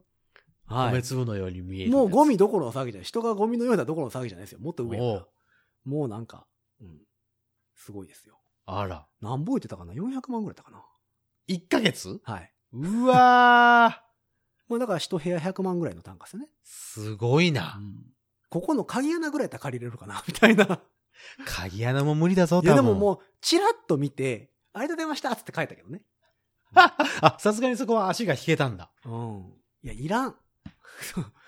Speaker 2: は
Speaker 3: 米粒のように見え
Speaker 2: い。
Speaker 3: る。
Speaker 2: もうゴミどころの騒ぎじゃない。人がゴミのようなどころの騒ぎじゃないですよ。もっと上やか
Speaker 3: お
Speaker 2: ら
Speaker 3: う。
Speaker 2: もうなんか、うん。すごいですよ。
Speaker 3: あら。
Speaker 2: 何ぼ言ってたかな ?400 万ぐらいだったかな
Speaker 3: 1ヶ月
Speaker 2: はい。
Speaker 3: うわー。
Speaker 2: まあだから一部屋100万ぐらいの単価ですよね。
Speaker 3: すごいうな。
Speaker 2: んここの鍵穴ぐらいやったら借りれるかなみ たいな。
Speaker 3: 鍵穴も無理だぞ、
Speaker 2: いや
Speaker 3: 多
Speaker 2: で
Speaker 3: 分
Speaker 2: ももう、チラッと見て、ありがとうございましたっつって帰ったけどね。
Speaker 3: あ、さすがにそこは足が引けたんだ。
Speaker 2: うん。いや、いらん。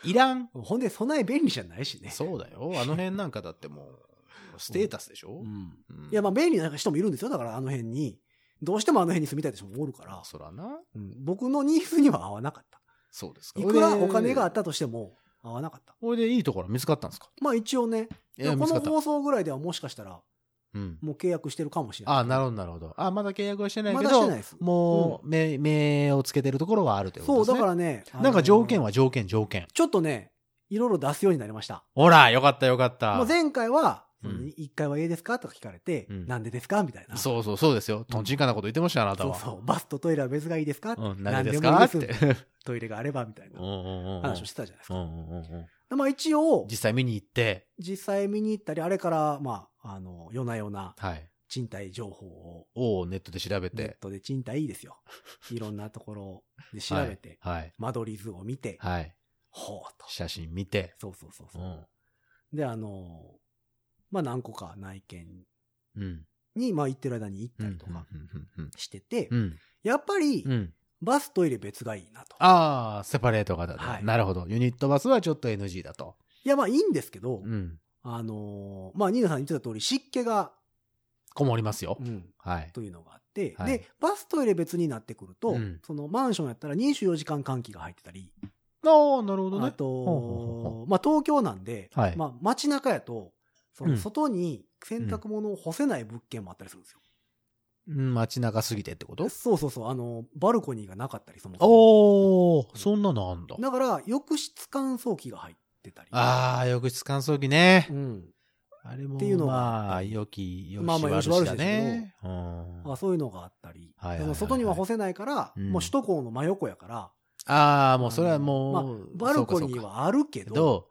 Speaker 3: いらん。
Speaker 2: ほんで、備え便利じゃないしね。
Speaker 3: そうだよ。あの辺なんかだっても う、ステータスでしょ、
Speaker 2: ん。
Speaker 3: うん
Speaker 2: いや、まあ、便利な人もいるんですよ。だから、あの辺に。どうしてもあの辺に住みたいって人もおるから
Speaker 3: あ、、そらな。
Speaker 2: うん僕のニーズには合わなかった。
Speaker 3: そうです
Speaker 2: いくら
Speaker 3: ほいで
Speaker 2: お金があったとしても、合わなかった。
Speaker 3: これでいいところ見つかったんですか
Speaker 2: まあ、一応ね、
Speaker 3: いや、
Speaker 2: こ
Speaker 3: 見つか
Speaker 2: の
Speaker 3: った。
Speaker 2: 放送ぐらいではもしかしたら、
Speaker 3: うん。
Speaker 2: もう契約してるかもしれない。
Speaker 3: あなるほど、なるほど。あまだ契約はしてない
Speaker 2: ま
Speaker 3: け
Speaker 2: だして
Speaker 3: ど、
Speaker 2: ないです。
Speaker 3: もう、名、名をつけてるところはあるというこ
Speaker 2: そう、
Speaker 3: とです
Speaker 2: だ
Speaker 3: ね。
Speaker 2: からね、あのー
Speaker 3: なんか条件。は条件、条件。
Speaker 2: ちょっとね、いろいろ出すようになりました。
Speaker 3: ほら、よかった、よかった。
Speaker 2: もう前回は、
Speaker 3: うん
Speaker 2: 1回は家ですかとか聞かれて、
Speaker 3: うん
Speaker 2: なんでですかみたいな。
Speaker 3: そうそう、そうですよ。とんちんかなこと言ってましたよ、あなた
Speaker 2: そう
Speaker 3: は。
Speaker 2: そう。バスとトイレは別がいいですか、
Speaker 3: うん、何です
Speaker 2: な
Speaker 3: か
Speaker 2: ん
Speaker 3: って。
Speaker 2: でもいいです トイレがあればみたい
Speaker 3: うん
Speaker 2: な
Speaker 3: うんうんうん
Speaker 2: 話をしてたじゃないです
Speaker 3: う
Speaker 2: か。
Speaker 3: んうんうんうん
Speaker 2: でまあ一応、
Speaker 3: 実際見に行って、
Speaker 2: 実際見に行ったり、あれから、まあ、あの、夜な夜な
Speaker 3: はい。
Speaker 2: 賃貸情報を
Speaker 3: をネットで調べ
Speaker 2: ネッ
Speaker 3: て。
Speaker 2: トで賃貸いいです よ。いろんなところで調べて、
Speaker 3: はい。
Speaker 2: 間取り図を見て、
Speaker 3: はい。
Speaker 2: ほうと。
Speaker 3: 写真見て。
Speaker 2: そうそうそう
Speaker 3: う
Speaker 2: そう、
Speaker 3: ん。
Speaker 2: で、あの、まあ何個か内見
Speaker 3: うん。
Speaker 2: に、まあ行ってる間に行っ
Speaker 3: う
Speaker 2: た
Speaker 3: ん
Speaker 2: りとか
Speaker 3: うんうん
Speaker 2: してて、
Speaker 3: うん。
Speaker 2: やっぱり、
Speaker 3: うん。
Speaker 2: バストイレ別がいいなと。
Speaker 3: ああ、セパレート型で、
Speaker 2: はい
Speaker 3: なるほど。ユニットバスはちょっと NG だと。
Speaker 2: いや、まあいいんですけど、
Speaker 3: うん。
Speaker 2: あのーまあ、ニーナさん言ってた通り、湿気が、
Speaker 3: こもりますよ。
Speaker 2: うん、
Speaker 3: はい。
Speaker 2: というのがあって、
Speaker 3: はい
Speaker 2: で、バストイレ別になってくると、
Speaker 3: うん
Speaker 2: そのマンションやったら24時間換気が入ってたり、
Speaker 3: ああ、なるほど
Speaker 2: あ
Speaker 3: ね。ほうほうほ
Speaker 2: と、まあ、東京なんで、
Speaker 3: はい
Speaker 2: まあ、街中やと、そうの
Speaker 3: ん
Speaker 2: 外に洗濯物を干せない物件もあったりするんですよ。
Speaker 3: うん街中すぎてってこと
Speaker 2: そうそうそう、あの、バルコニーがなかったり、そもそも。
Speaker 3: おー、そんなのあんだ。
Speaker 2: だから、浴室乾燥機が入ってたり。
Speaker 3: ああ、浴室乾燥機ね
Speaker 2: う。ん。
Speaker 3: あれも、
Speaker 2: っていうのは
Speaker 3: まあ、良き、良
Speaker 2: まあ
Speaker 3: し
Speaker 2: まあ
Speaker 3: 悪しだね。うん
Speaker 2: あそういうのがあったり。
Speaker 3: はいはいはいはい
Speaker 2: でも外には干せないから、
Speaker 3: うん
Speaker 2: もう首都高の真横やから、
Speaker 3: ああ、もうそれはもう、
Speaker 2: まあ、バルコニー
Speaker 3: そうかそうか
Speaker 2: はあるけ
Speaker 3: け
Speaker 2: ど、
Speaker 3: ど、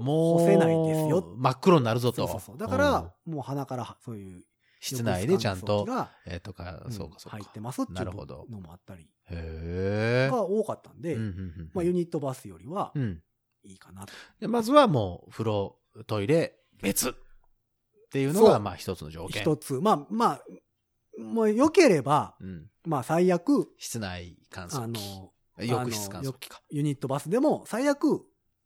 Speaker 3: もう、
Speaker 2: 干せないですよ
Speaker 3: 真っ黒になるぞと。
Speaker 2: そうそうそうだから、もう鼻からはそういう
Speaker 3: 室内でちゃんと、
Speaker 2: が、
Speaker 3: えーとか、
Speaker 2: うん
Speaker 3: そうかそうか。
Speaker 2: 入ってますってい
Speaker 3: な
Speaker 2: う
Speaker 3: るほど。
Speaker 2: のもあったり
Speaker 3: へえ。
Speaker 2: が多かったんで、
Speaker 3: うんうんうん
Speaker 2: まあ、ユニットバスよりは
Speaker 3: うん
Speaker 2: いいかなと。
Speaker 3: でまずはもう、風呂、トイレ、別っていうの
Speaker 2: そ
Speaker 3: が、
Speaker 2: う
Speaker 3: まあ一つの条件。
Speaker 2: 一つ、まあまあ、もう良ければ、
Speaker 3: うん。
Speaker 2: まあ最悪、
Speaker 3: 室内乾
Speaker 2: あ
Speaker 3: 燥機。
Speaker 2: の、
Speaker 3: 浴室乾燥機か。
Speaker 2: ユニットバスでも最悪、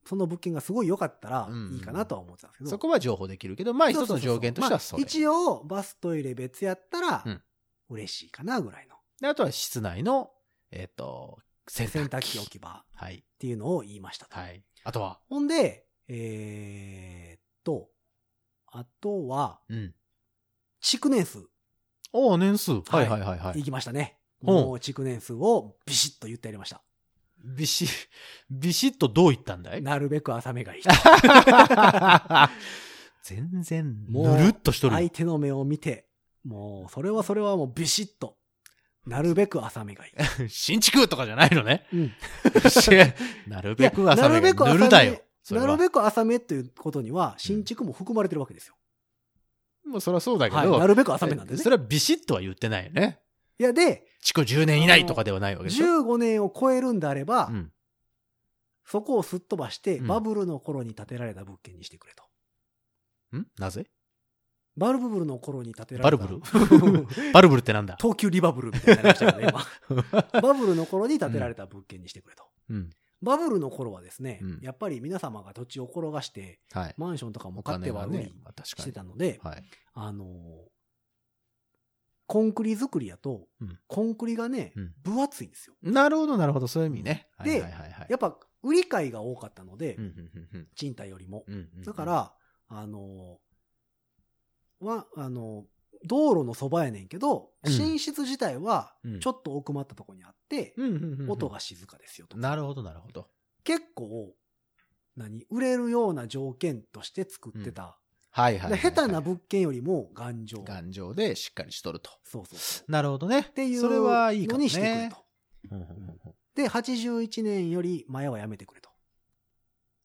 Speaker 2: その物件がすごい良かったら
Speaker 3: うん
Speaker 2: いいかなとは思ってたんですけど。
Speaker 3: そこは情報できるけど、まあ一つの条件としてはそ
Speaker 2: まあ
Speaker 3: れ。
Speaker 2: 一応、バストイレ別やったら
Speaker 3: うん、
Speaker 2: 嬉しいかなぐらい の
Speaker 3: であとは室内の、えっと、洗
Speaker 2: 洗
Speaker 3: 濯
Speaker 2: 濯機
Speaker 3: 機。
Speaker 2: 置き場っ
Speaker 3: はい。
Speaker 2: ていうのを言いましたと。
Speaker 3: はい。あとは、
Speaker 2: ほんで、えーっと、あとは、
Speaker 3: うん。
Speaker 2: 築年数
Speaker 3: おお年数。はいはいはいはい
Speaker 2: い。きましたね。
Speaker 3: ほう
Speaker 2: もう築年数をビシッと言ってやりました。
Speaker 3: ビシ、ビシッとどう言ったん だい
Speaker 2: なるべく浅め がいい。
Speaker 3: 全然、ぬ
Speaker 2: もう
Speaker 3: るっとしとるよ。
Speaker 2: 相手の目を見て、もう、それはそれはもうビシッと。なるべく浅めがいい。
Speaker 3: 新築とかじゃないの ね。
Speaker 2: うん
Speaker 3: なるべく浅
Speaker 2: いやな
Speaker 3: め
Speaker 2: るべく
Speaker 3: が
Speaker 2: 浅
Speaker 3: ぬ
Speaker 2: め
Speaker 3: るだよ。それ
Speaker 2: な
Speaker 3: は
Speaker 2: るべく浅めということには、新築も含まれてるわけですよ。
Speaker 3: もうそりゃそうだけ
Speaker 2: はい。
Speaker 3: ど、
Speaker 2: なるべく浅めなんでね
Speaker 3: そ。れはビシッとは言ってないよね。
Speaker 2: いや、で、
Speaker 3: 築10年以内とかではないわけでしょ。
Speaker 2: 15年を超えるんであれば
Speaker 3: う、ん。
Speaker 2: そこをすっ飛ばして、
Speaker 3: うん
Speaker 2: バブルの頃に建てられた物件にしてくれと。
Speaker 3: んなぜ
Speaker 2: バルブルの頃に建てら
Speaker 3: バ
Speaker 2: れ
Speaker 3: ル
Speaker 2: た。
Speaker 3: ブル バルブルってなんだ
Speaker 2: 東急リバブルみたいになりましたよね、 今。バブルの頃に建てられた物件にしてくれと。
Speaker 3: うん。
Speaker 2: バブルの頃はですね、
Speaker 3: うん
Speaker 2: やっぱり皆様が土地を転がして、
Speaker 3: はい。
Speaker 2: マンションとかも
Speaker 3: お
Speaker 2: 買って
Speaker 3: 金
Speaker 2: は
Speaker 3: は
Speaker 2: 売
Speaker 3: ね
Speaker 2: り、
Speaker 3: まあ
Speaker 2: し
Speaker 3: 確
Speaker 2: て
Speaker 3: か
Speaker 2: たので、
Speaker 3: に。はい。
Speaker 2: あのーコンクリ作りやと、
Speaker 3: うん
Speaker 2: コンクリがね、
Speaker 3: うん
Speaker 2: 分厚いんですよ。
Speaker 3: なるほど、なるほど。そういう意味ね。はい
Speaker 2: で
Speaker 3: はいはいはい。
Speaker 2: やっぱ、売り買いが多かったので、
Speaker 3: うんうんうん
Speaker 2: 賃貸よりも。
Speaker 3: うんうんうん
Speaker 2: だか、ら、あのーは、あのー道路のそばやねんけど、
Speaker 3: うん
Speaker 2: 寝室自体は
Speaker 3: うん、
Speaker 2: ちょっと奥まったとこにあって、
Speaker 3: うんうんうんうん
Speaker 2: 音。が静かですよと。
Speaker 3: なるほど、なるほど。
Speaker 2: 結構、何売れるような条件として作ってた。
Speaker 3: はいはいはいは
Speaker 2: で
Speaker 3: い。
Speaker 2: 下手な物件よりも頑丈。
Speaker 3: 頑丈でしっかりしとると。
Speaker 2: そうそうそう。
Speaker 3: なるほどね。
Speaker 2: っていう
Speaker 3: それはいい
Speaker 2: の
Speaker 3: かもね。
Speaker 2: にしてくれと。
Speaker 3: うんうんうんうん
Speaker 2: で、81年より前はやめてくれと。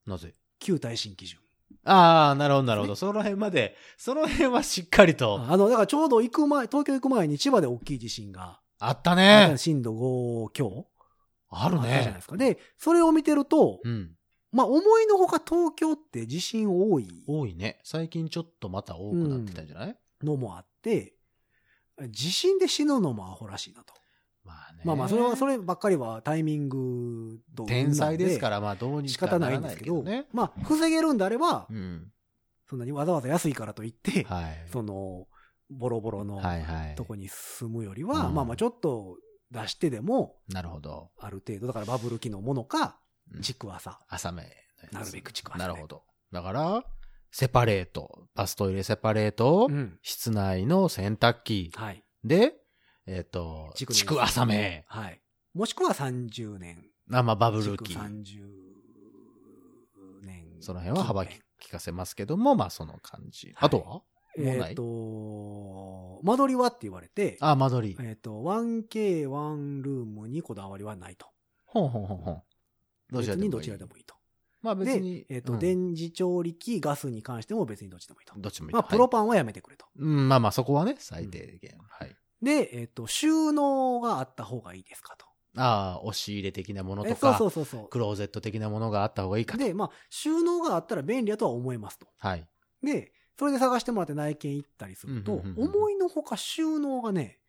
Speaker 3: なぜ
Speaker 2: 旧耐震基準。
Speaker 3: ああ、なるほど、なるほど。
Speaker 2: ね
Speaker 3: その辺まで、その辺はしっかりと。
Speaker 2: あの、だからちょうど行く前、東京行く前に千葉で大きい地震が、
Speaker 3: あった
Speaker 2: あ
Speaker 3: ね。
Speaker 2: 震度5強
Speaker 3: あ
Speaker 2: あっ
Speaker 3: る
Speaker 2: たじゃない
Speaker 3: ね
Speaker 2: です。か。で、それを見てると、
Speaker 3: うん。
Speaker 2: まあ思いのほか東京って地震多い
Speaker 3: 多いね。最近ちょっとまた多くなってきたんじゃない、
Speaker 2: のもあって、地震で死ぬのもアホらしいなと。
Speaker 3: まあね。
Speaker 2: まあまあ、それは、それ
Speaker 3: れ。
Speaker 2: ばっかりはタイミングと
Speaker 3: 天才ですから、まあどうに
Speaker 2: 仕
Speaker 3: か
Speaker 2: 方
Speaker 3: な
Speaker 2: ない
Speaker 3: ら
Speaker 2: んで
Speaker 3: ない
Speaker 2: すけ
Speaker 3: け
Speaker 2: ど
Speaker 3: どね。
Speaker 2: まあ、防げるんであれば、
Speaker 3: うん。
Speaker 2: そんなにわざわざ安いからといって、
Speaker 3: はい。
Speaker 2: その、ボロボロの
Speaker 3: はいはい
Speaker 2: と。こに住むよりは、
Speaker 3: うん
Speaker 2: まあまあちょっと出してでも、
Speaker 3: なるほど。
Speaker 2: ある程度、だからバブル期のものか、
Speaker 3: うん
Speaker 2: ちくわさ。
Speaker 3: 浅めの
Speaker 2: な
Speaker 3: やつ。
Speaker 2: るべく近く浅め
Speaker 3: なるほど。だから、セパレート。バストイレセパレート。
Speaker 2: ん。
Speaker 3: 室内の洗濯機。
Speaker 2: はい。
Speaker 3: で、えっ、と、
Speaker 2: 築年
Speaker 3: 地区浅め。
Speaker 2: はい。もしくは30年。
Speaker 3: あまあ、バブル
Speaker 2: 築
Speaker 3: 期。
Speaker 2: 30年。
Speaker 3: その辺は幅利かせますけども、まあその感じ。あとは
Speaker 2: え
Speaker 3: もうない
Speaker 2: っ、と、間取りはって言われて、
Speaker 3: あ、間取り。
Speaker 2: えっと、1K、1ルームにこだわりはないと。
Speaker 3: ほんほんほんほん。どちら
Speaker 2: 別
Speaker 3: でもい
Speaker 2: に
Speaker 3: い。
Speaker 2: どちらでもいいと。
Speaker 3: まあ別に
Speaker 2: で、。えっと、
Speaker 3: うん
Speaker 2: 電磁調理器、ガスに関しても別にどっちでもいいと。
Speaker 3: どっちもいい。
Speaker 2: まあ、
Speaker 3: はい
Speaker 2: プロパンはやめてくれと。
Speaker 3: うん、まあまあそこはね、最低限。はい。
Speaker 2: で、えっと、収納があった方がいいですかと。
Speaker 3: ああ、押し入れ的なもの
Speaker 2: え
Speaker 3: と
Speaker 2: そう
Speaker 3: か
Speaker 2: そ、うそうそ
Speaker 3: クローゼット的なものがあった方がいいか
Speaker 2: う。
Speaker 3: と。
Speaker 2: で、まあ、収納があったら便利だとは思いますと。
Speaker 3: はい。
Speaker 2: で、それで探してもらって内見行ったりすると、
Speaker 3: うんうんうんうん
Speaker 2: 思いのほか収納がね、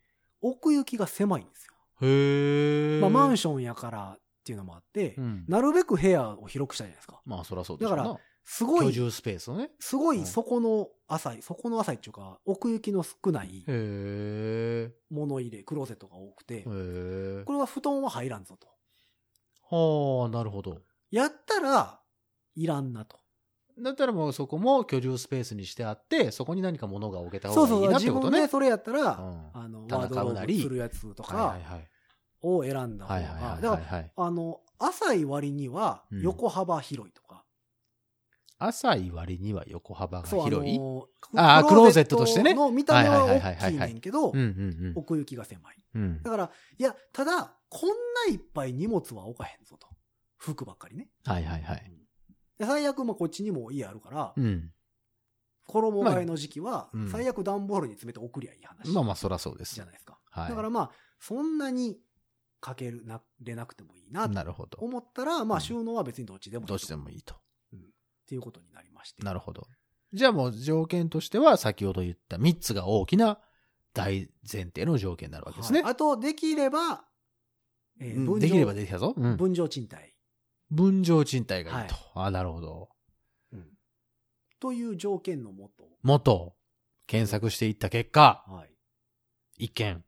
Speaker 2: 奥行きが狭いんですよ。
Speaker 3: へえ。
Speaker 2: まあ、マン
Speaker 3: シ
Speaker 2: ションやからっていうのもあって、
Speaker 3: うん。
Speaker 2: なるべく部屋を広くしたいじゃないですか。
Speaker 3: まあそらそうでしょう
Speaker 2: だ
Speaker 3: な
Speaker 2: か。すご
Speaker 3: 居
Speaker 2: い、
Speaker 3: 住スペースをね。
Speaker 2: すごい底の浅い、底の浅いっていうか、奥行きの少ない
Speaker 3: へえ。
Speaker 2: 物入れ、クローゼットが多くて、
Speaker 3: へえ
Speaker 2: こ。れは布団は入らんぞと。
Speaker 3: はあ、なるほど。
Speaker 2: やったら、いらんなと。
Speaker 3: だったらもうそこも居住スペースにしてあって、そこに何か物が置けた
Speaker 2: そ
Speaker 3: 方
Speaker 2: うそ
Speaker 3: が
Speaker 2: う
Speaker 3: いいなって
Speaker 2: 自
Speaker 3: こと
Speaker 2: 分
Speaker 3: ね
Speaker 2: で。それやったら、
Speaker 3: うん
Speaker 2: あのワ
Speaker 3: 棚
Speaker 2: ード
Speaker 3: 買う
Speaker 2: ロ
Speaker 3: な
Speaker 2: ー
Speaker 3: り
Speaker 2: ブするやつと
Speaker 3: は
Speaker 2: か
Speaker 3: いはい
Speaker 2: を選んだ方
Speaker 3: はい。はいはい
Speaker 2: が
Speaker 3: はい
Speaker 2: だ
Speaker 3: は
Speaker 2: か
Speaker 3: い
Speaker 2: ら
Speaker 3: はい。
Speaker 2: あの浅い割には
Speaker 3: うん
Speaker 2: 横幅広いとか、
Speaker 3: 浅い割には横幅が
Speaker 2: そうあ
Speaker 3: 広い。
Speaker 2: の
Speaker 3: あークローゼットとしてね
Speaker 2: の見た目は
Speaker 3: はいはいはいはいは
Speaker 2: 大き
Speaker 3: い
Speaker 2: いねんけど
Speaker 3: うんうん
Speaker 2: 奥行きが狭い
Speaker 3: うん。うん
Speaker 2: だからいやただこんないっぱい荷物は置かへんぞと服ばっかりね
Speaker 3: はいはいはい。
Speaker 2: で最悪まあこっちにも家あるから、
Speaker 3: うん。
Speaker 2: 衣替えの時期は
Speaker 3: まあう、ん
Speaker 2: 最悪段ボールに詰めて送りゃいい話。
Speaker 3: まあまあ、そらそうです。
Speaker 2: じゃないですか。
Speaker 3: はい。
Speaker 2: だからまあ、そんなにかけるなれなくてもいいな、
Speaker 3: なるほど。
Speaker 2: 思ったら、ま
Speaker 3: う
Speaker 2: あ
Speaker 3: ん
Speaker 2: 収納は別にどっちでもいい。
Speaker 3: どうして
Speaker 2: っ
Speaker 3: もいいと。
Speaker 2: ていうことになりまして。
Speaker 3: なるほど。じゃあもう条件としては、先ほど言った3つが大きな大前提の条件になるわけですね。
Speaker 2: はいあと、できれば、えー
Speaker 3: うんできればできたぞ。うん
Speaker 2: 分譲賃貸、
Speaker 3: 分譲賃貸がいいと。あ、なるほど。
Speaker 2: という条件のもと、
Speaker 3: 元、検索していった結果、
Speaker 2: はい。
Speaker 3: 一見、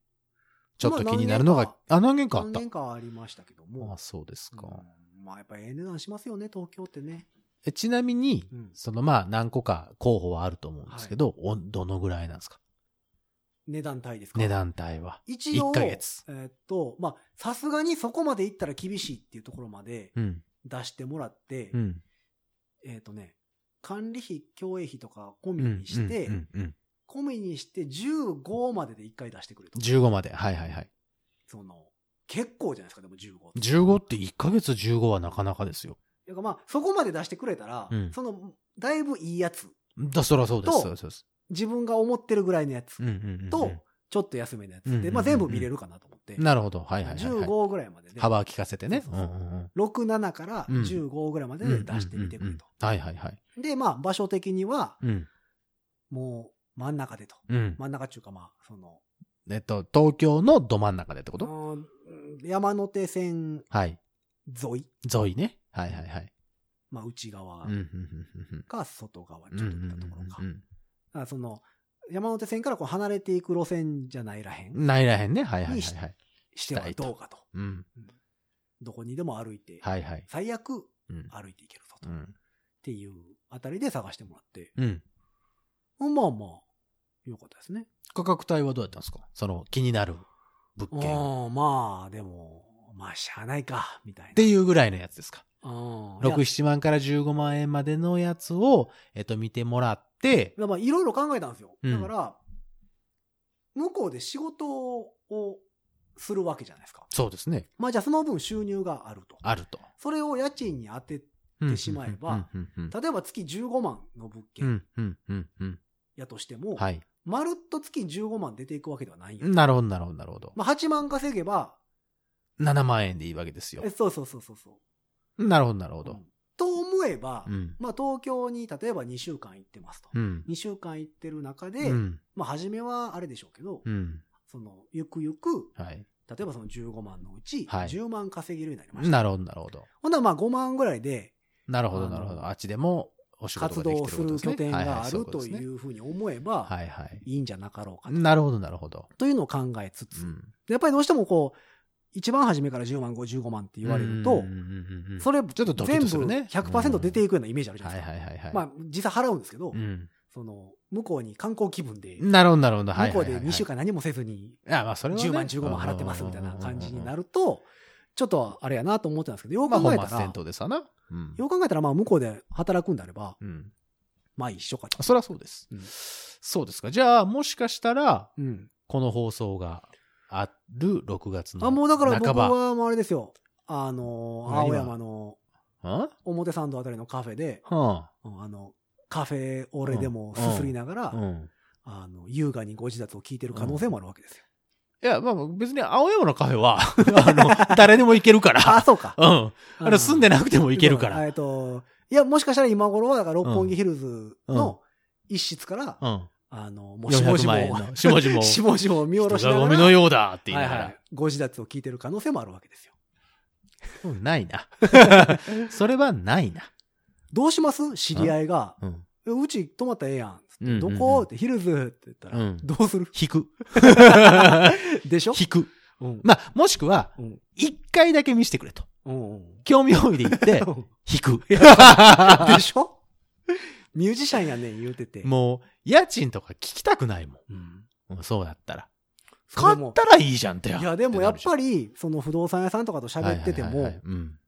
Speaker 3: ちょっと気になるのが、あ、何件かあっ
Speaker 2: 何
Speaker 3: た。
Speaker 2: 年かはありましたけど
Speaker 3: あ、
Speaker 2: も、
Speaker 3: そうですか。
Speaker 2: うんまあやっぱりええ値段しますよね、東京ってね。
Speaker 3: えちなみに、
Speaker 2: うん
Speaker 3: そのまあ何個か候補はあると思うんですけど、おどのぐらいなんですか
Speaker 2: 値段帯ですか
Speaker 3: 値段帯は。
Speaker 2: 一応、
Speaker 3: 一ヶ月
Speaker 2: えーっと、まあ、さすがにそこまで行ったら厳しいっていうところまで
Speaker 3: うん。
Speaker 2: 出してもらって、
Speaker 3: うん。
Speaker 2: えーっとね、管理費、共営費とか込
Speaker 3: う
Speaker 2: み
Speaker 3: ん
Speaker 2: にして、
Speaker 3: うんうんうん
Speaker 2: 込みにして15までで一回出してくれと。
Speaker 3: 15まで。はいはいはい。
Speaker 2: その、結構じゃないですか、でも15って。
Speaker 3: 15って1ヶ月15はなかなかですよ。
Speaker 2: ていうかまあ、そこまで出してくれたら、
Speaker 3: うん
Speaker 2: その、だいぶいいやつ、
Speaker 3: だ、そらそうです。
Speaker 2: と
Speaker 3: そうですそうです。
Speaker 2: 自分が思ってるぐらいのやつ
Speaker 3: うんうんうんうん
Speaker 2: と、ちょっと安めのやつ
Speaker 3: うんうんうんう
Speaker 2: で、
Speaker 3: ん
Speaker 2: まあ全部見れるかなと思って、
Speaker 3: なるほど。はいはいはいはい。
Speaker 2: 15ぐらいまでで、
Speaker 3: 幅を利かせてね。
Speaker 2: そううんそううんそう6、7から15ぐらいまで
Speaker 3: う
Speaker 2: で
Speaker 3: ん。
Speaker 2: 出してみてく
Speaker 3: うんうん
Speaker 2: れ
Speaker 3: うん
Speaker 2: と。
Speaker 3: はいはいはい。
Speaker 2: で、まあ場所的には、
Speaker 3: うん。
Speaker 2: もう真ん中でと。
Speaker 3: うん。
Speaker 2: 真ん中っていうかまあ、その、
Speaker 3: えっと、東京のど真ん中でってこと
Speaker 2: うん山手線
Speaker 3: はい。
Speaker 2: 沿い、
Speaker 3: 沿いね。はいはいはい。
Speaker 2: まあ内側
Speaker 3: うんうん
Speaker 2: か外側、
Speaker 3: うんうん
Speaker 2: ちょ
Speaker 3: うん。
Speaker 2: っと見たところか
Speaker 3: うんう。ん
Speaker 2: だからその、山手線からこう離れていく路線じゃないらへ
Speaker 3: うんんないらへんね。はいはい
Speaker 2: に
Speaker 3: は
Speaker 2: し
Speaker 3: いはい。
Speaker 2: してはどうかと。
Speaker 3: うん。
Speaker 2: どこにでも歩いて、
Speaker 3: はいはい。
Speaker 2: 最悪
Speaker 3: うん。
Speaker 2: 歩いていけるぞ
Speaker 3: う
Speaker 2: と。っ
Speaker 3: ん。
Speaker 2: ていうあたりで探してもらって、
Speaker 3: うん。
Speaker 2: まあまあ、良かったですね。
Speaker 3: 価格帯はどうやったんですかその気になる物件。っ
Speaker 2: ああ、まあ、でも、まあ、しゃあないか、みたいな。
Speaker 3: ていうぐらいのやつですか
Speaker 2: うん、
Speaker 3: 6、
Speaker 2: い
Speaker 3: 7万から15万円までのやつを、えっと、見てもらって、
Speaker 2: やまあ、いろいろ考えたんですよ。
Speaker 3: うん
Speaker 2: だから、向こうで仕事をするわけじゃないですか。
Speaker 3: そうですね。
Speaker 2: まあ、じゃあその分収入があると。
Speaker 3: あると。
Speaker 2: それを家賃に当て、
Speaker 3: うん
Speaker 2: しまえば、
Speaker 3: うんうん
Speaker 2: 例えば月15万の物
Speaker 3: う
Speaker 2: 件
Speaker 3: んうんうんうん
Speaker 2: やとしても、
Speaker 3: うん。はい。
Speaker 2: まるっと月15万出ていくわけではないんよ。
Speaker 3: なるほど、なるほど、なるほど。
Speaker 2: まあ、8万稼げば、
Speaker 3: 7万円でいいわけですよ
Speaker 2: え。そうそうそうそうそう。
Speaker 3: なるほど、なるほ
Speaker 2: う
Speaker 3: ど
Speaker 2: ん。と思えば、
Speaker 3: うん。
Speaker 2: まあ、東京に例えば2週間行ってますと。
Speaker 3: うん。
Speaker 2: 2週間行ってる中で、
Speaker 3: うん。
Speaker 2: まあ、初めはあれでしょうけど、
Speaker 3: うん。
Speaker 2: その、ゆくゆく、
Speaker 3: はい。
Speaker 2: 例えばその15万のうち、
Speaker 3: はい
Speaker 2: 10万稼げるようになりました。
Speaker 3: なるほど、なるほど。
Speaker 2: ほんならまあ5万ぐらいで
Speaker 3: なるほど、
Speaker 2: あの
Speaker 3: なるほど。あっちでもお仕事
Speaker 2: 活
Speaker 3: ができ
Speaker 2: 動
Speaker 3: てる
Speaker 2: す
Speaker 3: こと
Speaker 2: る
Speaker 3: ですね。
Speaker 2: 拠点がある
Speaker 3: は
Speaker 2: と
Speaker 3: はいそうう
Speaker 2: ふうに思え
Speaker 3: ことですね
Speaker 2: ば、
Speaker 3: はいはい。
Speaker 2: いいんじゃなかろうかと
Speaker 3: なるほど、なるほど。
Speaker 2: というのを考えつつ、
Speaker 3: うん。
Speaker 2: やっぱりどうしてもこう、一番初めから10万、55万って言われる
Speaker 3: うんう
Speaker 2: と
Speaker 3: ん、うんうん
Speaker 2: それ
Speaker 3: ちょっとドキ
Speaker 2: 全部
Speaker 3: ッとするね
Speaker 2: 100%出ていくようなイメージあるじゃ
Speaker 3: は
Speaker 2: ない
Speaker 3: い
Speaker 2: ですか。
Speaker 3: はいはいはい。
Speaker 2: まあ、実際払うんですけど、
Speaker 3: うん。
Speaker 2: その、向こうに観光気分で、向
Speaker 3: なるほど、なるほど。はいはい
Speaker 2: こ
Speaker 3: は
Speaker 2: う
Speaker 3: いはい。
Speaker 2: で2週間何もせずに、
Speaker 3: いや、まあ、それはね。
Speaker 2: 10万、15万払ってますみたいな感じになると、ちょっとあれやなと思ってたんですけど、よ
Speaker 3: う
Speaker 2: うん
Speaker 3: うんうんうん。ま
Speaker 2: 考
Speaker 3: あ、
Speaker 2: えた
Speaker 3: 本末
Speaker 2: ら、
Speaker 3: 転倒ですわな。うん。
Speaker 2: よう考えたら、まあ、向こうで働くんであれば、
Speaker 3: うん。
Speaker 2: まあ一緒かと。
Speaker 3: そりゃそうです
Speaker 2: うん。
Speaker 3: そうですか。じゃあ、もしかしたら、
Speaker 2: うん。
Speaker 3: この放送がある6月の
Speaker 2: あ、もうだから僕
Speaker 3: 半ば。
Speaker 2: は、もうあれですよ。あの、
Speaker 3: 何
Speaker 2: 青
Speaker 3: が
Speaker 2: 山の
Speaker 3: うん
Speaker 2: 表参道あたりのカフェで、
Speaker 3: は
Speaker 2: うんあの、カフェ俺でもすすりながら、
Speaker 3: あ、うん。
Speaker 2: あの、優雅にご自立を聞いてる可能性もあるわけですよ。
Speaker 3: いや、まあ別に青山のカフ ェは、あの、誰でも行けるか
Speaker 2: あ、
Speaker 3: ら。
Speaker 2: そうか。
Speaker 3: うん。あの、住んで
Speaker 2: な
Speaker 3: なくても行けるから。
Speaker 2: えっと、いや、もしかしたら今頃は、だから六本木ヒルズの一室から、
Speaker 3: うん。
Speaker 2: あの、もうしも
Speaker 3: 400
Speaker 2: じも
Speaker 3: 万円の、しもじも、
Speaker 2: しもじもを見 下ろし
Speaker 3: 人
Speaker 2: な
Speaker 3: が
Speaker 2: がら
Speaker 3: ゴミのようだって言い
Speaker 2: は
Speaker 3: ないが
Speaker 2: は
Speaker 3: ら
Speaker 2: い。。ご自立を聞いてる可能性もあるわけですよ。
Speaker 3: うんな いな。それはないな。
Speaker 2: どうします知り合いが、
Speaker 3: うん。
Speaker 2: えうち泊まったらええやん。
Speaker 3: うんうんうん
Speaker 2: どこってヒルズって言ったら、
Speaker 3: うん
Speaker 2: どうする
Speaker 3: 引く。
Speaker 2: でしょ
Speaker 3: 引く。
Speaker 2: うん。
Speaker 3: まあ、もしくは、
Speaker 2: うん。
Speaker 3: 一回だけ見せてくれと。
Speaker 2: うんうん。
Speaker 3: 興味本位で言って、引 く。
Speaker 2: でしょミュージシャンやねん言うてて。
Speaker 3: もう、家賃とか聞きたくないも
Speaker 2: うん。
Speaker 3: ん。うんそうだったら。
Speaker 2: それ
Speaker 3: 買
Speaker 2: も
Speaker 3: ったらいいじゃんって。
Speaker 2: いや、でもやっぱ
Speaker 3: り
Speaker 2: り、その不動産屋さんとかと喋ってても、
Speaker 3: うん。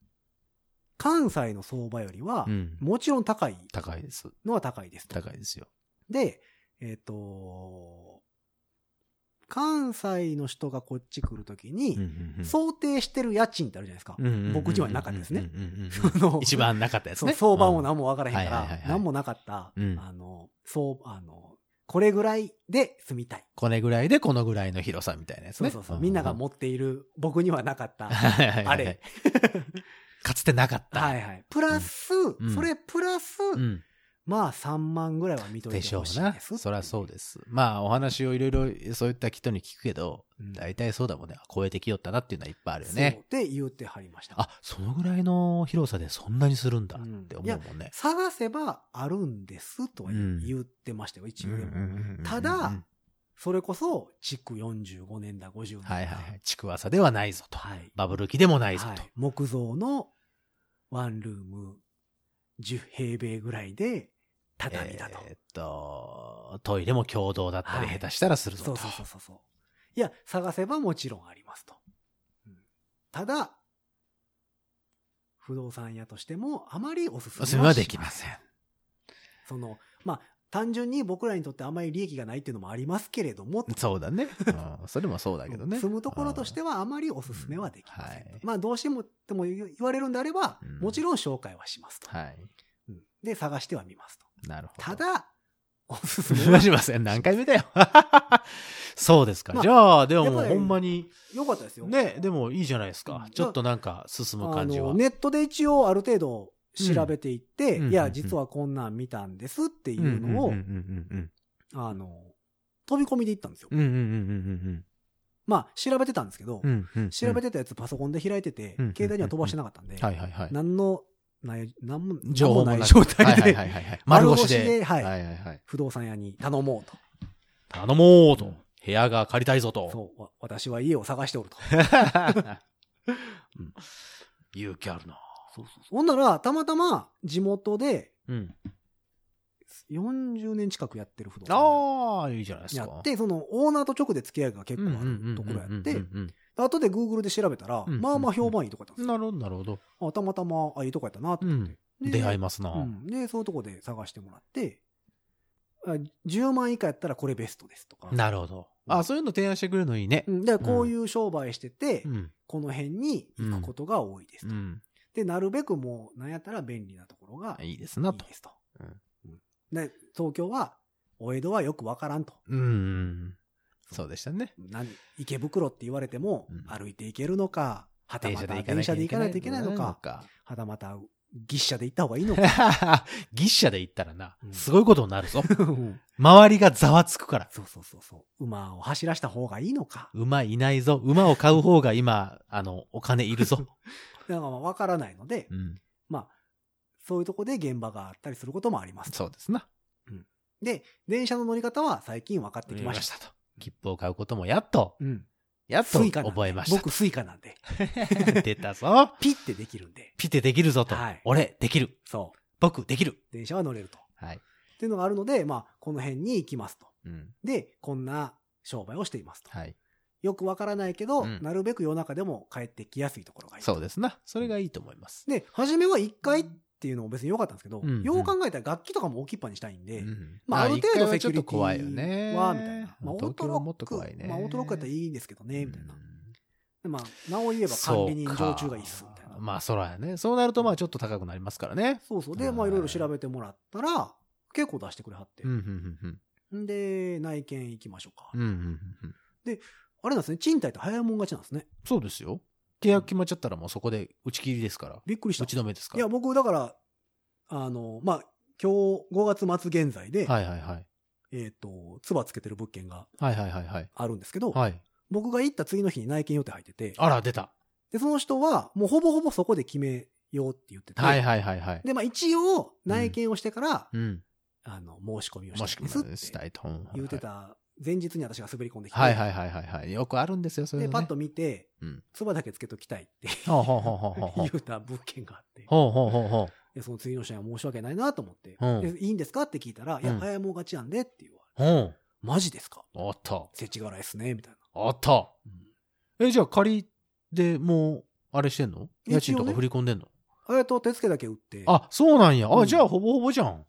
Speaker 2: 関西の相場よりは
Speaker 3: う、ん。
Speaker 2: もちろん高い
Speaker 3: 高いです。
Speaker 2: のは高いですと。
Speaker 3: 高いですよ。
Speaker 2: で、えっ、と、関西の人がこっち来るときに、
Speaker 3: うん
Speaker 2: 想定してる家賃ってあるじゃないですか。
Speaker 3: うんうん
Speaker 2: 僕ちはなかったですね。
Speaker 3: うんうんうんう ん
Speaker 2: その
Speaker 3: 一番なかったやつ
Speaker 2: そう
Speaker 3: ね。
Speaker 2: 相場も
Speaker 3: な
Speaker 2: 何も分からへんか
Speaker 3: はいはい
Speaker 2: ら
Speaker 3: はい、はい
Speaker 2: 何もなかった、
Speaker 3: うん
Speaker 2: あの、そう、あの、これぐらいで住みたい。
Speaker 3: これぐらいでこのぐらいの広さみたいなやつ
Speaker 2: そう
Speaker 3: ね。
Speaker 2: そうそう。みんなが
Speaker 3: っ
Speaker 2: 持っている、僕にはなか った
Speaker 3: た、はいはいはい
Speaker 2: あれ。。
Speaker 3: かつてなかった。
Speaker 2: はいはい。プラス、
Speaker 3: ん
Speaker 2: それプラス、
Speaker 3: うん。
Speaker 2: まあ3万ぐらいは見とい
Speaker 3: で
Speaker 2: て
Speaker 3: しょ
Speaker 2: ほし
Speaker 3: う
Speaker 2: い
Speaker 3: な
Speaker 2: で。す。
Speaker 3: そりゃそうです。まあ、お話をいろいろそういった人に聞くけど、
Speaker 2: うん
Speaker 3: 大体そうだもんね。あ超えてきよったなっていうのはいっぱいあるよ
Speaker 2: そう
Speaker 3: ね。
Speaker 2: って言ってはりました。
Speaker 3: あ、そのぐらいの広さでそんなにするんだって思うもんね。
Speaker 2: 探せばあるんですとは
Speaker 3: うん
Speaker 2: 言ってましたよ、一
Speaker 3: うん
Speaker 2: 応
Speaker 3: うん
Speaker 2: で
Speaker 3: うん
Speaker 2: も。
Speaker 3: うんうん
Speaker 2: ただそれこそ、築45年だ、50年だ。
Speaker 3: はいはいはい。築浅ではないぞと。
Speaker 2: はい
Speaker 3: バブル期でもないぞ
Speaker 2: はい
Speaker 3: と。
Speaker 2: 木造のワンルーム10平米ぐらいで畳だと。
Speaker 3: えーっと、トイレも共同だったり、
Speaker 2: はい
Speaker 3: 下手したらする
Speaker 2: そ
Speaker 3: ぞと。
Speaker 2: うそうそうそうそう。いや、探せばもちろんありますと。うんただ、不動産屋としてもあまりおすすめ
Speaker 3: お
Speaker 2: は
Speaker 3: すすめはできません
Speaker 2: しい。その、まあ、単純に僕らにとってあまり利益がないっていうのもありますけれども、
Speaker 3: そうだね。うん、それもそうだけどね。
Speaker 2: 住むところとして
Speaker 3: は。
Speaker 2: はあまりおすすめはできませんと。
Speaker 3: うんはい
Speaker 2: まあ、どうしてもっても言われるんであれば、
Speaker 3: うん
Speaker 2: もちろん紹介はしますと。
Speaker 3: はい。
Speaker 2: うんで、探してはみますと。
Speaker 3: なるほど。
Speaker 2: た、だ、おすす
Speaker 3: す
Speaker 2: め
Speaker 3: み
Speaker 2: は
Speaker 3: ません何回目 だよ。そうですか。
Speaker 2: まあ
Speaker 3: じゃあ、で
Speaker 2: やっ
Speaker 3: も、
Speaker 2: ぱり
Speaker 3: ほんまに、
Speaker 2: 良かったですよ。
Speaker 3: ね、でもいいじゃないですか
Speaker 2: うん。
Speaker 3: ちょっとなんか進む
Speaker 2: あ
Speaker 3: 感じは。
Speaker 2: のネットで一応ある程度調べていって、
Speaker 3: うん
Speaker 2: いや、
Speaker 3: うん
Speaker 2: 実はこんなん見たんですってい
Speaker 3: うんうん
Speaker 2: うのを、
Speaker 3: うんうん
Speaker 2: あの、飛び込みで行ったんですよ。
Speaker 3: うんうんうんうん
Speaker 2: まあ、調べてたんですけど、
Speaker 3: うんうんうんうん。
Speaker 2: 調べてたやつパソコンで開いてて、
Speaker 3: うん
Speaker 2: 携帯には飛ばしてなかったんで、
Speaker 3: はいはいはい。
Speaker 2: 何のない、何も
Speaker 3: 情報も
Speaker 2: 何
Speaker 3: な
Speaker 2: もない状
Speaker 3: い
Speaker 2: 態で、
Speaker 3: はいはいはいはい。丸腰
Speaker 2: 丸腰
Speaker 3: で。
Speaker 2: ではい
Speaker 3: はいはいはい。
Speaker 2: 不動産屋に頼もうと。
Speaker 3: 頼もう
Speaker 2: う
Speaker 3: と
Speaker 2: ん。
Speaker 3: 部屋が借りたいぞと。
Speaker 2: そう、わ私は家を探しておると。
Speaker 3: うん勇気あるな。
Speaker 2: ほんなら、たまたま地元で
Speaker 3: うん。
Speaker 2: 40年近くやってる不動産屋
Speaker 3: ああ、いいじゃないです
Speaker 2: や
Speaker 3: か。
Speaker 2: って、そのオーナーと直で付き合いが結
Speaker 3: うんうん
Speaker 2: 構あ
Speaker 3: うんうんうんうん、
Speaker 2: るところやって、後で Google で調べたら、
Speaker 3: うん
Speaker 2: まあまあ評判いいとこやったんですよ。
Speaker 3: なるほど、なるほど。
Speaker 2: あたまたま、あ、いいとこやったなと
Speaker 3: う
Speaker 2: 思っ
Speaker 3: ん
Speaker 2: て。。
Speaker 3: 出会い
Speaker 2: も。
Speaker 3: ますな。
Speaker 2: うん。で、そういうとこで探してもらって、あ10万以下やったらこれベストですとか。
Speaker 3: なるほど。あ、そういうの提案してくれるのいいね
Speaker 2: う。んで、こういう商売してて、
Speaker 3: うん。
Speaker 2: この辺に行くことが多いです
Speaker 3: う
Speaker 2: と。
Speaker 3: ん。
Speaker 2: で、なるべくもう、なんやったら便利なところがいい
Speaker 3: いいですなと。
Speaker 2: ですと。
Speaker 3: うん
Speaker 2: うんで、東京は、お江戸はよくわからんと。
Speaker 3: うん。そうでしたね。
Speaker 2: なん池袋って言われても
Speaker 3: うん、
Speaker 2: 歩いて行けるのか、はたまた電車で行かないといけないのか。はたまた、ぎっしゃで行った方がいいのか。
Speaker 3: ギッシャで行ったらな
Speaker 2: う、ん
Speaker 3: すごいことになるぞ。
Speaker 2: うん
Speaker 3: 周りがざわつくから。
Speaker 2: そうそうそうそう。馬を走らした方がいいのか。
Speaker 3: 馬いないぞ。馬を買う方が今、あの、お金い るぞ。
Speaker 2: だからまあ分からないので、
Speaker 3: うん。
Speaker 2: まあ、そういうとこで現場があったりすることもありますと。
Speaker 3: そうですな。
Speaker 2: で、電車の乗り方は最近分かって
Speaker 3: で
Speaker 2: き
Speaker 3: き
Speaker 2: ま
Speaker 3: ま
Speaker 2: し。
Speaker 3: したたと。切符を買うこともやっと、
Speaker 2: うん。
Speaker 3: やっと
Speaker 2: スイカなんで
Speaker 3: 覚えました
Speaker 2: 僕スイカなんで、
Speaker 3: と。 出たぞ。
Speaker 2: ピッてできるんで、
Speaker 3: ピテできるぞと。
Speaker 2: はい
Speaker 3: 俺、できる。
Speaker 2: そう。
Speaker 3: 僕、できる。
Speaker 2: 電車は乗れると。っ
Speaker 3: はい。
Speaker 2: ていうのがあるので、まあ、この辺に行きますと。
Speaker 3: うん。
Speaker 2: で、こんな商売をしていますと。
Speaker 3: はい。
Speaker 2: よく分からないけど、
Speaker 3: うん
Speaker 2: なるべく夜中でも帰ってきやすいところがいいと。
Speaker 3: そうですな。それがいいと思います。
Speaker 2: で、初めは1回っていうのも別に良かったんですけど、
Speaker 3: うんうん
Speaker 2: よう考えたら楽器とかも置きっぱにしたいんで、
Speaker 3: うん
Speaker 2: まあ、ある程
Speaker 3: 一回
Speaker 2: 度
Speaker 3: は
Speaker 2: セキ
Speaker 3: ちょ
Speaker 2: ュ
Speaker 3: っ
Speaker 2: リ
Speaker 3: と
Speaker 2: ティ
Speaker 3: 怖いよね。
Speaker 2: は、みたいな。まあ、オート
Speaker 3: 東京
Speaker 2: ロ
Speaker 3: はも
Speaker 2: ッ
Speaker 3: っと
Speaker 2: ク、
Speaker 3: 怖いね。
Speaker 2: まあ、オートロックやったらいいんですけどね、みたいな。でまあ、なお言えば
Speaker 3: そう
Speaker 2: 管
Speaker 3: か
Speaker 2: 理人常駐がいいっす、みたいな。
Speaker 3: まあ、そらやね。そうなると、まあ、ちょっと高くなりますからね。
Speaker 2: そうそう。で、まあ、いろいろ調べてもらったら、結構出してくれはって
Speaker 3: うん、。うん、うん、
Speaker 2: んで、内見行きましょうか。
Speaker 3: うんうん。うんうん。
Speaker 2: あれなんですね、賃貸って早いもん勝ちなんですね。
Speaker 3: そうですよ。契約決まっちゃったらもうそこで打ち切りですから。
Speaker 2: びっくりした。
Speaker 3: 打ち止めです
Speaker 2: い
Speaker 3: から。
Speaker 2: や、僕、だから、あの、まあ、今日5月末現在で、
Speaker 3: はいはいはい。
Speaker 2: えっと、つばつけてる物件が
Speaker 3: はいはいはいはい。
Speaker 2: あるんですけど、
Speaker 3: はい。
Speaker 2: 僕が行った次の日に内見予定入ってて、
Speaker 3: あら、出た。
Speaker 2: で、その人は、もうほぼほぼそこで決めようって言ってて。
Speaker 3: はいはいはいはい。
Speaker 2: で、まあ一応、内見をしてから、
Speaker 3: うん。
Speaker 2: あの、申し込みを
Speaker 3: も
Speaker 2: し
Speaker 3: したく
Speaker 2: んですっ
Speaker 3: もしてたいと思う。
Speaker 2: 言ってた、前日に私が滑り込んできて、
Speaker 3: はいはいはいはいはい。よくあるんですよ、そういう
Speaker 2: で、
Speaker 3: の
Speaker 2: パ
Speaker 3: ね。
Speaker 2: ッと見て
Speaker 3: うん、
Speaker 2: つばだけつけときたいって
Speaker 3: ほうほうほうほうほう ほ
Speaker 2: 言
Speaker 3: う。
Speaker 2: うた物件があって、
Speaker 3: ほうほうほうほ
Speaker 2: でその次の人には申し訳ないなと思って、
Speaker 3: うん
Speaker 2: でいいんですかって聞いたら、いや
Speaker 3: う、ん
Speaker 2: 早いもん勝ちなんでって言われ
Speaker 3: う。うん。
Speaker 2: て、マジですか
Speaker 3: おっと。
Speaker 2: 世知辛いっすね、みたいな。
Speaker 3: おっと。
Speaker 2: うん
Speaker 3: え、じゃあ仮でもう、あれしてんの
Speaker 2: 一応ね
Speaker 3: 家賃とか振り込んでんの
Speaker 2: あれと手付けだけ売って、
Speaker 3: あ、そうなんや。
Speaker 2: うん
Speaker 3: あ、じゃあほぼほぼじゃん。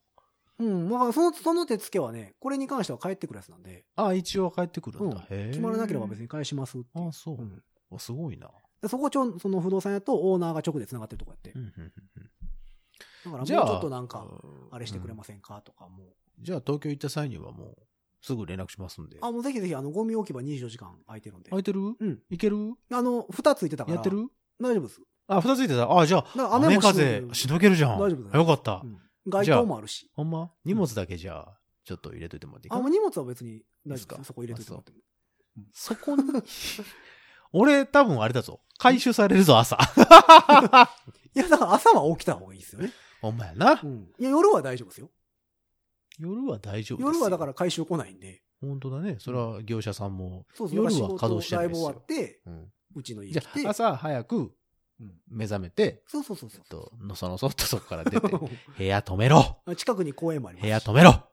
Speaker 2: うん。まあ、その、その手付けはね、これに関しては返ってくるやつなんで、
Speaker 3: あ、一応帰ってくるん
Speaker 2: うん
Speaker 3: だ。へえ
Speaker 2: 決まらなければ別に返しますっていう
Speaker 3: あ、そうう。
Speaker 2: ん
Speaker 3: あすごいな。
Speaker 2: でそこちょ、その不動産屋とオーナーが直で繋がってるとこやって。だからもうち
Speaker 3: じゃ
Speaker 2: ょ
Speaker 3: あ、
Speaker 2: っとなんか、
Speaker 3: うん
Speaker 2: あれしてくれませんかとか、もう。
Speaker 3: じゃあ、東京行った際にはもう、すぐ連絡しますんで。
Speaker 2: あ、もうぜひぜひ、あの、ゴミ置き場24時間空いてるんで。
Speaker 3: 空いてる
Speaker 2: うん。
Speaker 3: 行ける
Speaker 2: あの、蓋ついてたから。
Speaker 3: やってる
Speaker 2: 大丈夫です。
Speaker 3: あ、二ついてた。あ、じゃ
Speaker 2: だから
Speaker 3: あ、
Speaker 2: し
Speaker 3: 雨
Speaker 2: のげ
Speaker 3: 風
Speaker 2: る
Speaker 3: しのげるじゃん。
Speaker 2: 大丈夫だよ
Speaker 3: よかった
Speaker 2: う。ん街灯もあるし。
Speaker 3: ほんま荷物だけじゃあ、ちょっと入れといてもらっていい
Speaker 2: あ、
Speaker 3: か
Speaker 2: もう荷物は別に大丈夫で
Speaker 3: いいっ
Speaker 2: す
Speaker 3: すか
Speaker 2: そこ入れといてもらっても。
Speaker 3: そこに。俺、多分あれだぞ。回収されるぞ、朝。
Speaker 2: いや、だから朝は起きた方がいいですよ ね。
Speaker 3: ほんまやな
Speaker 2: う。ん。いや、夜は大丈夫ですよ。
Speaker 3: 夜は大丈夫ですよ。
Speaker 2: 夜はだから回収来ないんで。
Speaker 3: 本当だね。それは業者さんも。
Speaker 2: そうそう。
Speaker 3: 夜
Speaker 2: だ
Speaker 3: は
Speaker 2: から仕事
Speaker 3: 稼働してない
Speaker 2: ラ
Speaker 3: で
Speaker 2: イブ
Speaker 3: すよ
Speaker 2: 終わって、
Speaker 3: うん
Speaker 2: うちの家
Speaker 3: じ
Speaker 2: 来
Speaker 3: ゃ
Speaker 2: て。
Speaker 3: あ、朝早く
Speaker 2: うん
Speaker 3: 目覚めて、
Speaker 2: そうそうそうそ
Speaker 3: え
Speaker 2: う
Speaker 3: っ。と、のそのそっとそこから 出て、
Speaker 2: う
Speaker 3: 部屋止めろ
Speaker 2: ん近くに公園もあります
Speaker 3: 部
Speaker 2: し
Speaker 3: 屋止 めろあ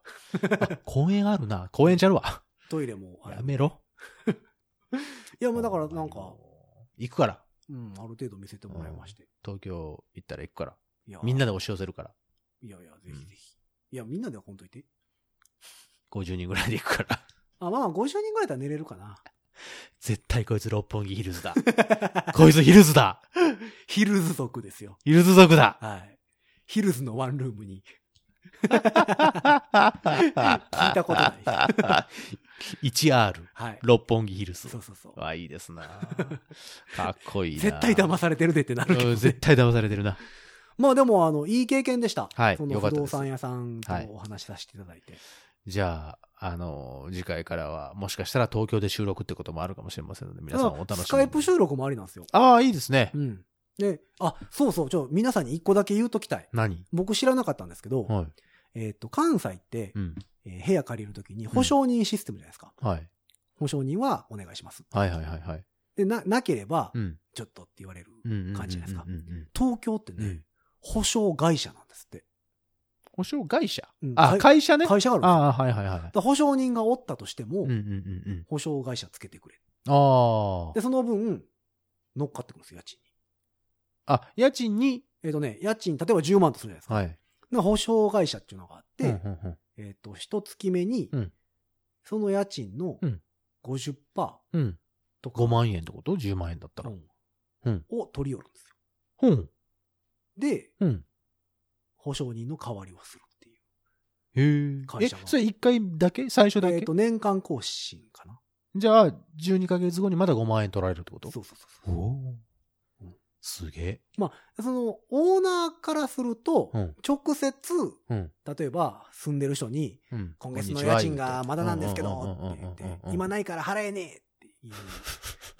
Speaker 3: 公園あるな。公園ちゃうわ。
Speaker 2: トイレもある
Speaker 3: やめろ。
Speaker 2: いや、もうだからなんか、
Speaker 3: 行くから。
Speaker 2: うん、ある程度見せてもらいまして。
Speaker 3: 東京行ったら行くから。
Speaker 2: いや
Speaker 3: みんなで押し寄せるから。
Speaker 2: いやいや、ぜひぜひ。いや、みんなではほんといて。
Speaker 3: 50人ぐらいで行くから。
Speaker 2: あ、まあ、50人ぐらいだったら寝れるかな。
Speaker 3: 絶対こいつ六本木ヒルズだ。 こいつヒルズだ
Speaker 2: ヒルズ族ですよ。
Speaker 3: ヒルズ族だ
Speaker 2: はい。ヒルズのワンルームに。 聞いたことない。
Speaker 3: 1R、
Speaker 2: はい。
Speaker 3: 六本木ヒルズ
Speaker 2: そ。うそうそう。
Speaker 3: わあ、いいですな。 かっこいいな。
Speaker 2: 絶対騙されてるでってなるけど、
Speaker 3: うん
Speaker 2: ね。
Speaker 3: 絶対騙されてるな。
Speaker 2: まあでも、あの、いい経験でした。
Speaker 3: はい
Speaker 2: その
Speaker 3: よか
Speaker 2: 不
Speaker 3: った
Speaker 2: 動
Speaker 3: です
Speaker 2: 産屋さんと
Speaker 3: はい
Speaker 2: お話しさせていただいて。
Speaker 3: じゃあ、あの、次回からは、もしかしたら東京で収録ってこともあるかもしれませんので、皆さんお楽しみに。
Speaker 2: スカイプ収録もありなんですよ。
Speaker 3: ああ、いいですね
Speaker 2: う。ん。で、あ、そうそう、ちょ、皆さんに一個だけ言うときたい。
Speaker 3: 何
Speaker 2: 僕知らなかったんですけど、
Speaker 3: はい。
Speaker 2: えっと、関西って
Speaker 3: う、ん。
Speaker 2: えー部屋借りるときに保証人システムじゃないですか。
Speaker 3: はい。
Speaker 2: 保証人はお願いします。
Speaker 3: はいはいはいはい。
Speaker 2: で、な、なければ
Speaker 3: う、ん。
Speaker 2: ちょっとって言われる。
Speaker 3: うんうんうんうん。
Speaker 2: 感じですか
Speaker 3: うんうん
Speaker 2: 東京ってね、
Speaker 3: うん
Speaker 2: 保証会社なんですって。
Speaker 3: 保証会社
Speaker 2: うん
Speaker 3: あ
Speaker 2: 会、
Speaker 3: 会社ね。
Speaker 2: 会社があるんですよ。
Speaker 3: ああ、はいはいはいはい
Speaker 2: だ。から保証人がおったとしても、
Speaker 3: うんうんうんうん。
Speaker 2: 保証会社つけてくれ。
Speaker 3: あ
Speaker 2: で、その分、乗っかってくるんですよ、家賃に。
Speaker 3: あ。あ、家賃に、
Speaker 2: えっ、とね、家賃、例えば10万とするじゃないですか。
Speaker 3: はい。
Speaker 2: なんか保証会社っていうのがあって、
Speaker 3: うんうんうん
Speaker 2: えっ、と、一月目に、
Speaker 3: うん
Speaker 2: その家賃の
Speaker 3: うん
Speaker 2: 50%
Speaker 3: うん。
Speaker 2: とか、
Speaker 3: 5万円ってこと ?10 万円だったら。
Speaker 2: う
Speaker 3: うんん
Speaker 2: を取り寄るんですよ。
Speaker 3: うん。
Speaker 2: で、
Speaker 3: うん。
Speaker 2: 保証人の代わりをするっていう。
Speaker 3: へえ
Speaker 2: 会
Speaker 3: え
Speaker 2: 社が、
Speaker 3: それ1回だけ最初だ
Speaker 2: えっ、
Speaker 3: け
Speaker 2: と、年間更新かな。
Speaker 3: じゃあ、12ヶ月後にまだ5万円取られるってこ
Speaker 2: そ
Speaker 3: と
Speaker 2: うそうそうそう。
Speaker 3: おお
Speaker 2: うん。
Speaker 3: すげえ。
Speaker 2: その、オーナーからすると、
Speaker 3: うん
Speaker 2: 直接、
Speaker 3: うん
Speaker 2: 例えば、住んでる人に、
Speaker 3: うん。
Speaker 2: 今月の家賃がまだなんですけど、って言って、今ないから払えねえって言う。だか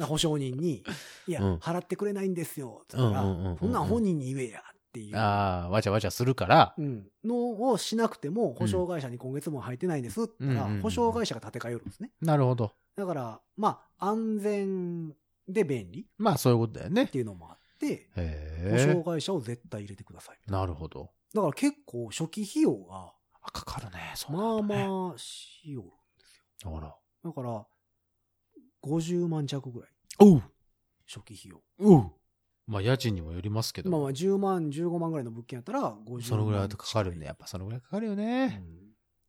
Speaker 2: ら保証人 に、いや、
Speaker 3: うん
Speaker 2: 払ってくれないんですよ、つったら、
Speaker 3: うんうんうんうん
Speaker 2: そんなん本人に言えや、っていう。
Speaker 3: ああ、わちゃわちゃするから
Speaker 2: う、ん、のをしなくても、保証会社に今月も入ってないんですって言ったら、
Speaker 3: うんうんうんうん
Speaker 2: 保証会社が立て替えるんですね。
Speaker 3: なるほど。
Speaker 2: だから、まあ、安全で便利
Speaker 3: まあそういうことだよね
Speaker 2: っ。ていうのもあって、保
Speaker 3: へ
Speaker 2: 証
Speaker 3: え。
Speaker 2: 会社を絶対入れてください。
Speaker 3: なるほど。
Speaker 2: だから結構初期費用が、
Speaker 3: あ、かかるね。そ
Speaker 2: まあ
Speaker 3: うなんだね。
Speaker 2: まあ、しよう。
Speaker 3: ほら。
Speaker 2: だから、50万弱ぐらい、
Speaker 3: おう
Speaker 2: 初期費用。
Speaker 3: おうまあ家賃にもよりますけ
Speaker 2: まあま
Speaker 3: ど、
Speaker 2: あ、10万、15万ぐらいの物件やったら、50万。
Speaker 3: そのぐらいはかかるよね。やっぱそのぐらいかかるよ
Speaker 2: う
Speaker 3: ね。
Speaker 2: ん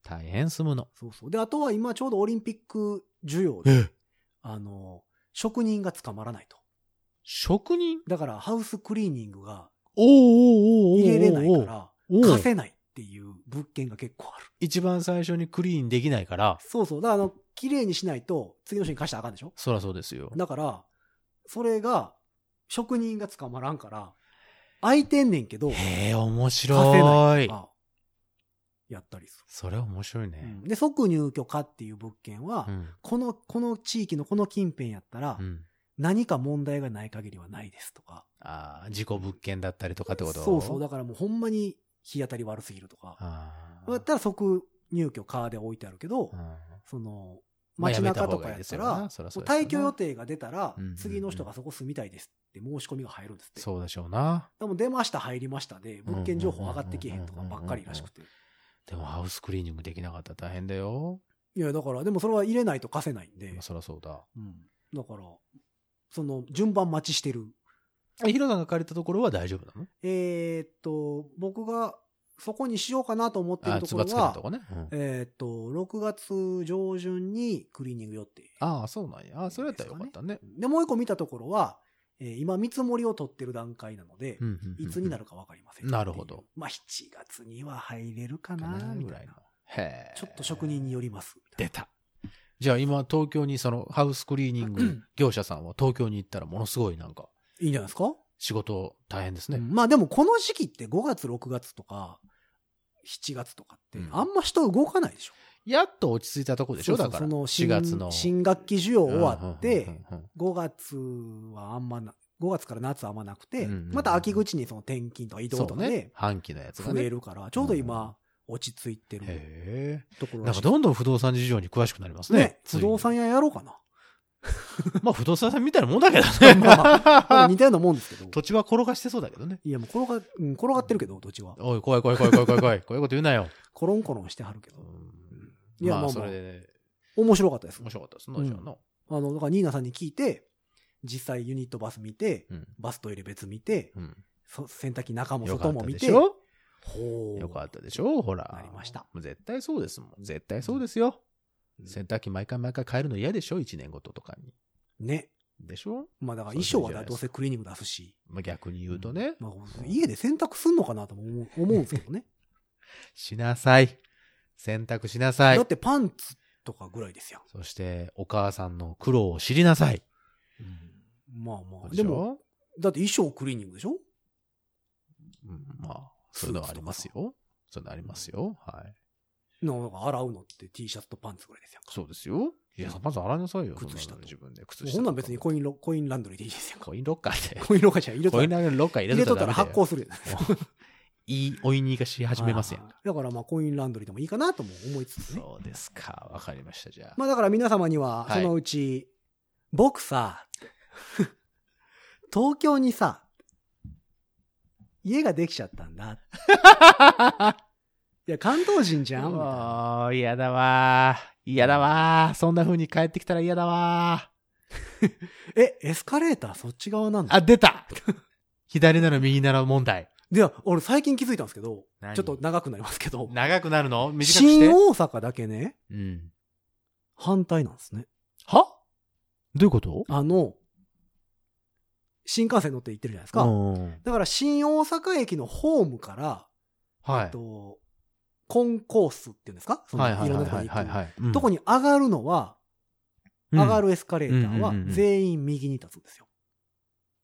Speaker 3: 大変住むの。
Speaker 2: そうそう。で、あとは今ちょうどオリンピック需要で、
Speaker 3: え
Speaker 2: あの、職人が捕まらないと。
Speaker 3: 職人
Speaker 2: だから、ハウスクリーニングが
Speaker 3: おお
Speaker 2: 入れれないから、貸
Speaker 3: ら。
Speaker 2: せないっていう物件が結構ある。
Speaker 3: 一番最初にクリーンできないから、
Speaker 2: そうそう。だから、あの、綺麗にしないと、次の人に貸したらあかんでしょ
Speaker 3: そらそうですよ。
Speaker 2: だから、それが、職人が捕まらんから、空いてんねんけど、貸
Speaker 3: へえ、面
Speaker 2: せな
Speaker 3: 白
Speaker 2: い
Speaker 3: い
Speaker 2: と。か、やったりす
Speaker 3: それは面白い
Speaker 2: る。う
Speaker 3: ね
Speaker 2: ん。で、即入居可っていう物件は、
Speaker 3: うん。
Speaker 2: この、この地域のこの近辺やったら
Speaker 3: う、ん。
Speaker 2: 何か問題がない限りはないですとか。
Speaker 3: ああ、事故物件だったりとかってこと
Speaker 2: そうそう。
Speaker 3: だ。
Speaker 2: だからもうほんまに日当たり悪すぎるとか。
Speaker 3: あ
Speaker 2: だったら即入居カーで置いてあるけど、
Speaker 3: あ。
Speaker 2: その、
Speaker 3: まあ
Speaker 2: 街中とかやっ
Speaker 3: やめた方がいいで
Speaker 2: た
Speaker 3: す
Speaker 2: ら、
Speaker 3: よ
Speaker 2: も
Speaker 3: な
Speaker 2: う
Speaker 3: そらそうですよな
Speaker 2: 退去予定が出たら
Speaker 3: うんうんう、ん
Speaker 2: 次の人がそこ住みたいですって申し込みが入るんですって。
Speaker 3: そうでしょうな。
Speaker 2: でも出ました、入りましたで、物件情報上がってきへんとかばっかりらしくて。
Speaker 3: でもハウスクリーニングできなかったら大変だよ。
Speaker 2: いや、だから、でもそれは入れないと貸せないんで
Speaker 3: まあ、そらそうだ。
Speaker 2: うん。だから、その、順番待ちしてる。
Speaker 3: えヒロさんが借りたところは大丈夫なの
Speaker 2: えーっと、僕がそこにしようかなと思って
Speaker 3: あ
Speaker 2: る
Speaker 3: ー、
Speaker 2: と
Speaker 3: つ
Speaker 2: こ
Speaker 3: ば
Speaker 2: ろ
Speaker 3: つけたと
Speaker 2: は、
Speaker 3: こね。うん
Speaker 2: えーっと、6月上旬にクリーニング予定。
Speaker 3: ああ、そうなんや。ああ、それやったらよかったね。
Speaker 2: で、もう一個見たところは、えー今見積もりを取ってる段階なので、
Speaker 3: うんうんうんうん
Speaker 2: いつになるかわかりませんっていう。
Speaker 3: なるほど
Speaker 2: まあ、7月には入れるか
Speaker 3: か
Speaker 2: な、
Speaker 3: な
Speaker 2: み
Speaker 3: ぐ
Speaker 2: た
Speaker 3: らい
Speaker 2: い
Speaker 3: の
Speaker 2: な。。
Speaker 3: へえ。
Speaker 2: ちょっと職人によります。
Speaker 3: 出た。じゃあ今、東京に、その、ハウスクリーニング業者さんは東京に行ったらものすごいなんか、
Speaker 2: いいんじゃないですか、
Speaker 3: 仕事大変です
Speaker 2: う
Speaker 3: ね。
Speaker 2: んまあでもこの時期って5月、6月とか、7月とかって
Speaker 3: うん、
Speaker 2: あんま人動かないでしょ。
Speaker 3: やっと落ち着いたとこでしょ
Speaker 2: そう
Speaker 3: だ
Speaker 2: そう
Speaker 3: から、
Speaker 2: その
Speaker 3: 4
Speaker 2: 新
Speaker 3: 月の。
Speaker 2: 新学期需要終わっ
Speaker 3: うんうん
Speaker 2: て、
Speaker 3: うんうん
Speaker 2: 5月はあんまな、5月から夏はあんまなくて、
Speaker 3: うんうんうん
Speaker 2: また秋口にその転勤とか移動
Speaker 3: そ
Speaker 2: と
Speaker 3: う
Speaker 2: か
Speaker 3: ね
Speaker 2: で。
Speaker 3: 半期のやつが
Speaker 2: 増え
Speaker 3: ね。
Speaker 2: るから、ちょうど今、落ち着いてる
Speaker 3: へ
Speaker 2: とこ
Speaker 3: え。
Speaker 2: ろ
Speaker 3: な
Speaker 2: ら
Speaker 3: ん
Speaker 2: しい
Speaker 3: かどんどん不動産事情に詳しくなりますね。
Speaker 2: ね、不動産
Speaker 3: 屋。
Speaker 2: 屋やろうか な。
Speaker 3: まあ不動産屋さんみたいなもんだけどね。
Speaker 2: まあまあ似たようなもんですけ ど。
Speaker 3: 土地は転がしてそうだけどね。
Speaker 2: いや、もう転が、うん、転がってるけど、土地は。
Speaker 3: おい、怖い怖い怖い怖い怖い怖い。こういうこと言うなよ。
Speaker 2: コロンコロンしてはるけど。
Speaker 3: うん
Speaker 2: いや
Speaker 3: ま
Speaker 2: ま
Speaker 3: あ
Speaker 2: あ
Speaker 3: それでね、
Speaker 2: 面白かったです。
Speaker 3: 面白かったですな、じゃあな。
Speaker 2: あの、だからニーナさんに聞いて、実際ユニットバス見て、
Speaker 3: うん。
Speaker 2: バストイレ別見て、
Speaker 3: うん。
Speaker 2: そ洗濯機中も
Speaker 3: よか
Speaker 2: 外
Speaker 3: っ
Speaker 2: も
Speaker 3: た
Speaker 2: 見
Speaker 3: で
Speaker 2: て、
Speaker 3: しょ
Speaker 2: ほう。
Speaker 3: よかったでしょほら。
Speaker 2: なりました。
Speaker 3: 絶対そうですもん。絶対そうですよ。
Speaker 2: うん
Speaker 3: 洗濯機毎回毎回変えるの嫌でしょ ?1 年ごととかに。
Speaker 2: ね。
Speaker 3: でしょ
Speaker 2: まあだから
Speaker 3: そ
Speaker 2: 衣
Speaker 3: うそう
Speaker 2: 装
Speaker 3: じゃ
Speaker 2: は
Speaker 3: ないです
Speaker 2: どうせクリーニング出すし。
Speaker 3: まあ逆に言うとね、
Speaker 2: まあ、家で洗濯すんのかなとも思う思うんですけど ね。
Speaker 3: しなさい。洗濯しなさ
Speaker 2: だ
Speaker 3: い
Speaker 2: っ。てパンツとかぐらいですよ。
Speaker 3: そして、お母さんの苦労を知りなさい。
Speaker 2: まあまあ。
Speaker 3: で
Speaker 2: でも、
Speaker 3: も、
Speaker 2: だって衣装クリーニングでしょ
Speaker 3: うんまあ、そういうのはありますよ。そういうのありますよ。はい。
Speaker 2: なんか洗うのって T シャツとパンツぐらいですよ。
Speaker 3: そうですよ。いや、まず洗いなさいよ。
Speaker 2: 靴下
Speaker 3: そんなの
Speaker 2: と
Speaker 3: 自分で。靴
Speaker 2: もう
Speaker 3: 下。
Speaker 2: ほんなん別にコインロ、コインランドリーでいいですよ。
Speaker 3: コインロッカー で。
Speaker 2: コインロッカーじゃん入れと
Speaker 3: コイ
Speaker 2: っ
Speaker 3: ン
Speaker 2: た
Speaker 3: ロッカー
Speaker 2: 入
Speaker 3: 入れ
Speaker 2: れ
Speaker 3: と
Speaker 2: と
Speaker 3: っ
Speaker 2: ったた
Speaker 3: ら
Speaker 2: ら
Speaker 3: 発
Speaker 2: 発
Speaker 3: 酵
Speaker 2: 行するや
Speaker 3: いいおいにがし 始めますやん か。
Speaker 2: だからまあコインランドリーでもいいかなとも思いつつね。
Speaker 3: そうですか。わかりました、じゃあ。
Speaker 2: まあだから皆様には、
Speaker 3: はい
Speaker 2: そのうち、僕さ、 東京にさ、家ができちゃったん だ。いや、関東人じゃんみたいな。
Speaker 3: もう嫌だわー。嫌だわー。そんな風に帰ってきたら嫌だわ
Speaker 2: え、エスカレーターそっち側なん
Speaker 3: ー。
Speaker 2: だ。
Speaker 3: あ、出た左なら右なら問題。
Speaker 2: では、俺最近気づいたんですけど
Speaker 3: 何、
Speaker 2: ちょっと長くなりますけど、
Speaker 3: 長くなるの短くし
Speaker 2: 新
Speaker 3: て。
Speaker 2: 大阪だけね、
Speaker 3: うん。
Speaker 2: 反対なんですね。
Speaker 3: はどういうこと
Speaker 2: あの、新幹線乗って行ってるじゃないですか。
Speaker 3: うん。
Speaker 2: だから新大阪駅のホームから、
Speaker 3: は
Speaker 2: えっ
Speaker 3: い。
Speaker 2: と、コンコースっていうんですかその
Speaker 3: はいいはい
Speaker 2: ろん
Speaker 3: は
Speaker 2: ないとこ
Speaker 3: は
Speaker 2: ろ
Speaker 3: い
Speaker 2: に行く。
Speaker 3: はいはい。うん
Speaker 2: とこに上がるのは、
Speaker 3: うん
Speaker 2: 上がるエスカレーターは
Speaker 3: うんうんうんうん
Speaker 2: 全員右に立つんですよ。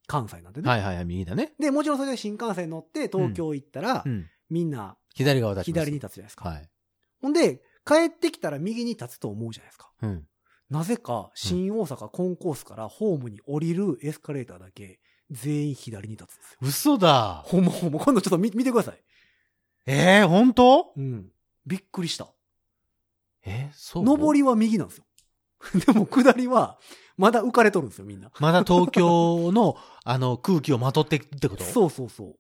Speaker 2: 関西なんでね。
Speaker 3: はいはいはい、右だね。
Speaker 2: で、もちろんそれで新幹線乗って東京行ったら、
Speaker 3: うん。
Speaker 2: みんな
Speaker 3: 左側だ
Speaker 2: 左に立つじゃないですか。
Speaker 3: はい。
Speaker 2: ほんで、帰ってきたら右に立つと思うじゃないですか。
Speaker 3: うん。
Speaker 2: なぜか、新大阪コンコースからホームに降りるエスカレーターだけ、全員左に立つんですよ。
Speaker 3: 嘘だ。
Speaker 2: ほんまほんま、今度ちょっと見見てください。
Speaker 3: えー、本当
Speaker 2: うん。びっくりした。
Speaker 3: えそう
Speaker 2: 上りは右なんですよ。 でも下りは、まだ浮かれとるんですよ、みんな。
Speaker 3: まだ東京の、 あの、空気をまとってってことう。
Speaker 2: そうそうそう。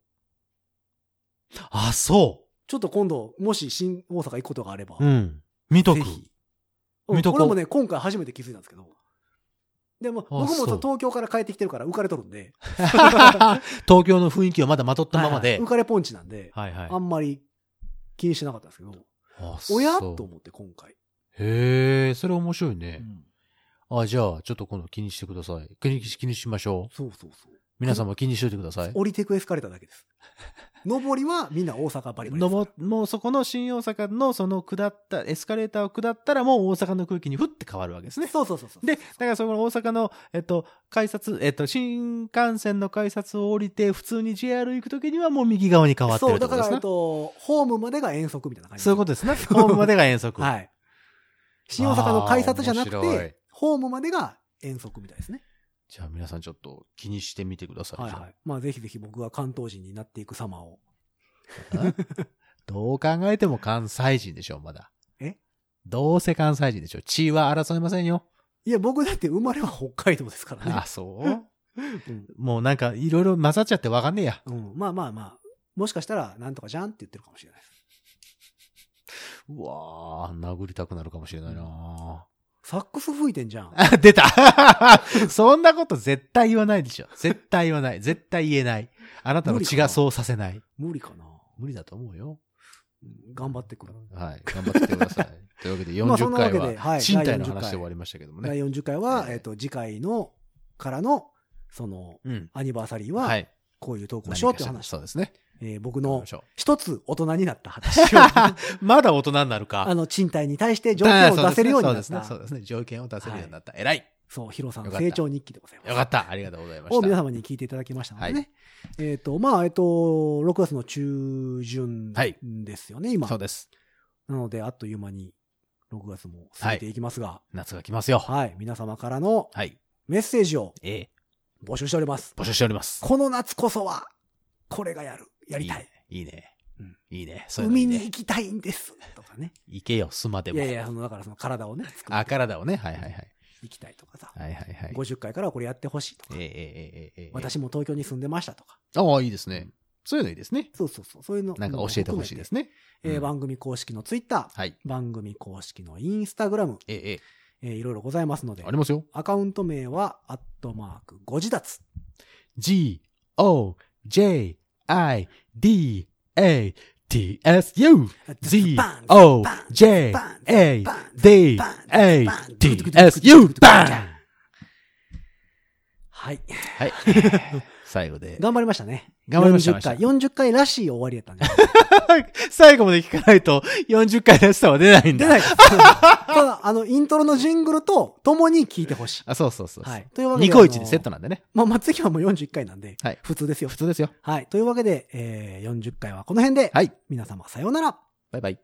Speaker 3: あ、そ
Speaker 2: ちょっと今度、もし新大阪行くことがあれば、
Speaker 3: う。うん。見とく
Speaker 2: ぜ。ひ。うん
Speaker 3: 見とこう
Speaker 2: これもね、今回初めて気づいたんですけど。でも、僕も
Speaker 3: そう
Speaker 2: そう東京から帰ってきてるから浮かれとるん で。
Speaker 3: 東京の雰囲気をまだまとったまま
Speaker 2: はい
Speaker 3: で
Speaker 2: はい浮。かれポンチなんで、
Speaker 3: はいはい
Speaker 2: あ。んまり気にしてなかったんですけど、
Speaker 3: あ
Speaker 2: おや
Speaker 3: そう
Speaker 2: と思って今回。
Speaker 3: へえ、それ面白いうね。
Speaker 2: ん
Speaker 3: あ、じゃあ、ちょっと今度気にしてください。気にし気にしましょう。
Speaker 2: そうそうそう。
Speaker 3: 皆さんも気にしといてください。
Speaker 2: 降りてくエスカレーターだけです。上りはみんな大阪バリバリです
Speaker 3: 登もうそこの新大阪のその下った、エスカレーターを下ったらもう大阪の空気にふって変わるわけですね。
Speaker 2: そうそうそうそう。
Speaker 3: で、だからその大阪の、えっと、改札、えっと、新幹線の改札を降りて、普通に JR 行くときにはもう右側に変わってる
Speaker 2: そう、
Speaker 3: って
Speaker 2: だ
Speaker 3: こ
Speaker 2: から、
Speaker 3: とです
Speaker 2: えっ
Speaker 3: ね。
Speaker 2: と、ホームまでが遠足みたいな感じ。
Speaker 3: そういうことです ね。ホームまでが遠足。
Speaker 2: はい。新大阪の改札じゃなく
Speaker 3: あー面白い
Speaker 2: て、ホームまでが遠足みたいですね。
Speaker 3: じゃあ皆さんちょっと気にしてみてください。
Speaker 2: はいはい。まあ、ぜひぜひ僕は関東人になっていく様を。
Speaker 3: じゃあどう考えても関西人でしょ、まだ。
Speaker 2: え
Speaker 3: どうせ関西人でしょ。地位は争いませんよ。
Speaker 2: いや、僕だって生まれは北海道ですからね
Speaker 3: あ、。そう
Speaker 2: うん
Speaker 3: もうなんかいろいろ混ざっちゃってわかんねえや。
Speaker 2: うん。まあまあまあ。もしかしたら、なんとかじゃんって言ってるかもしれないです。
Speaker 3: うわー、殴りたくなるかもしれないな
Speaker 2: サックス吹いてんじ ゃん。
Speaker 3: あ、出たそんなこと絶対言わないでしょ。絶対言わない。絶対言えない。あなたの血がそうさせない。
Speaker 2: 無理かな。
Speaker 3: 無理だと思うよ。
Speaker 2: うん頑張ってくる。
Speaker 3: はい。頑張ってきてく ださい。というわけで
Speaker 2: まあそん
Speaker 3: 40
Speaker 2: なわ
Speaker 3: 回
Speaker 2: けでは
Speaker 3: はい賃貸
Speaker 2: 第40
Speaker 3: の
Speaker 2: 回
Speaker 3: 話で終わりましたけども
Speaker 2: 第
Speaker 3: ね。
Speaker 2: 40回は、
Speaker 3: ええ
Speaker 2: えっ、と、次回の、からの、その、
Speaker 3: うん。
Speaker 2: アニバーサリー
Speaker 3: は
Speaker 2: は、
Speaker 3: い。
Speaker 2: こういう投稿しようっていう話。
Speaker 3: そうですね。
Speaker 2: えー僕
Speaker 3: やり
Speaker 2: の
Speaker 3: まし、ょ
Speaker 2: 一つ大人になった 話を、
Speaker 3: うまだ大人になる
Speaker 2: あ
Speaker 3: か。
Speaker 2: の、賃貸に対して条件を出せるようになっ
Speaker 3: そうですね。そう
Speaker 2: た。
Speaker 3: ですね。条件を出せるようになった。偉い。
Speaker 2: そう、ヒロさんの
Speaker 3: よかった
Speaker 2: 成長日記でございます。
Speaker 3: よかった。ありがとうございま
Speaker 2: を皆
Speaker 3: した。
Speaker 2: 様に聞いていただきましたのでね。
Speaker 3: はい
Speaker 2: えっ、と、まあ、えっ、と、6月の中旬
Speaker 3: はい
Speaker 2: ですよね、今
Speaker 3: そう。です。
Speaker 2: なので、あっという間に6月も過ぎていきますが、
Speaker 3: 夏が来ますよ。
Speaker 2: はい、皆様からの
Speaker 3: はい。
Speaker 2: メッセージを
Speaker 3: ええ。
Speaker 2: 募集しております。
Speaker 3: 募集しております。
Speaker 2: この夏こそは、これがやる、やりたい。
Speaker 3: いいね
Speaker 2: うん。
Speaker 3: いいね。そういうのい
Speaker 2: 海
Speaker 3: い
Speaker 2: に
Speaker 3: ね
Speaker 2: 行きたいんです。とかね。
Speaker 3: 行けよ、すまで
Speaker 2: い
Speaker 3: も
Speaker 2: や。いや、その、だからその体をね、作っ
Speaker 3: あ、
Speaker 2: て
Speaker 3: 体をね。はいはいはい。
Speaker 2: 行きたいとかさ。
Speaker 3: はいはいはい。
Speaker 2: 50回からはこれやってほしいと
Speaker 3: え
Speaker 2: か
Speaker 3: ええ。えええええ。
Speaker 2: 私も東京に住んでましたとか。
Speaker 3: ああ、いいですね。そういうのいいですね。
Speaker 2: そうそうそう。そういうの。
Speaker 3: なんか教えてほしいです
Speaker 2: ね。
Speaker 3: ね。
Speaker 2: えー
Speaker 3: うん
Speaker 2: 番組公式のツイッター、
Speaker 3: はい。
Speaker 2: 番組公式のインスタグラム、
Speaker 3: えええ
Speaker 2: えーいろいろございますの
Speaker 3: え
Speaker 2: で
Speaker 3: あ、りますよ。
Speaker 2: アカウント名は、アットマーク、ご自立。
Speaker 3: G, O, J, I, D, A, T, S, U, Z, O, J, A, D, A, T, S, U, バーン
Speaker 2: はい。
Speaker 3: はい。最後で。
Speaker 2: 頑張りましたね。
Speaker 3: 頑張りました
Speaker 2: 40回、40回らしい終わりやったんで。
Speaker 3: 最後まで聞かないと40回出したは出ないんだ。
Speaker 2: 出ないです。ただ、あの、イントロのジングルと共に聞いてほしい。
Speaker 3: あ、そうそうそうそう。
Speaker 2: はい。というわけで。
Speaker 3: ニコイチでセット
Speaker 2: な。
Speaker 3: なんでね。
Speaker 2: まあ、まあ、次はもう41回なんで、
Speaker 3: はい
Speaker 2: 普通ですよ
Speaker 3: 普。通ですよ。
Speaker 2: はい。というわけで、えー、40回はこの辺で、
Speaker 3: はい。
Speaker 2: 皆様さようなら。
Speaker 3: バイバイ。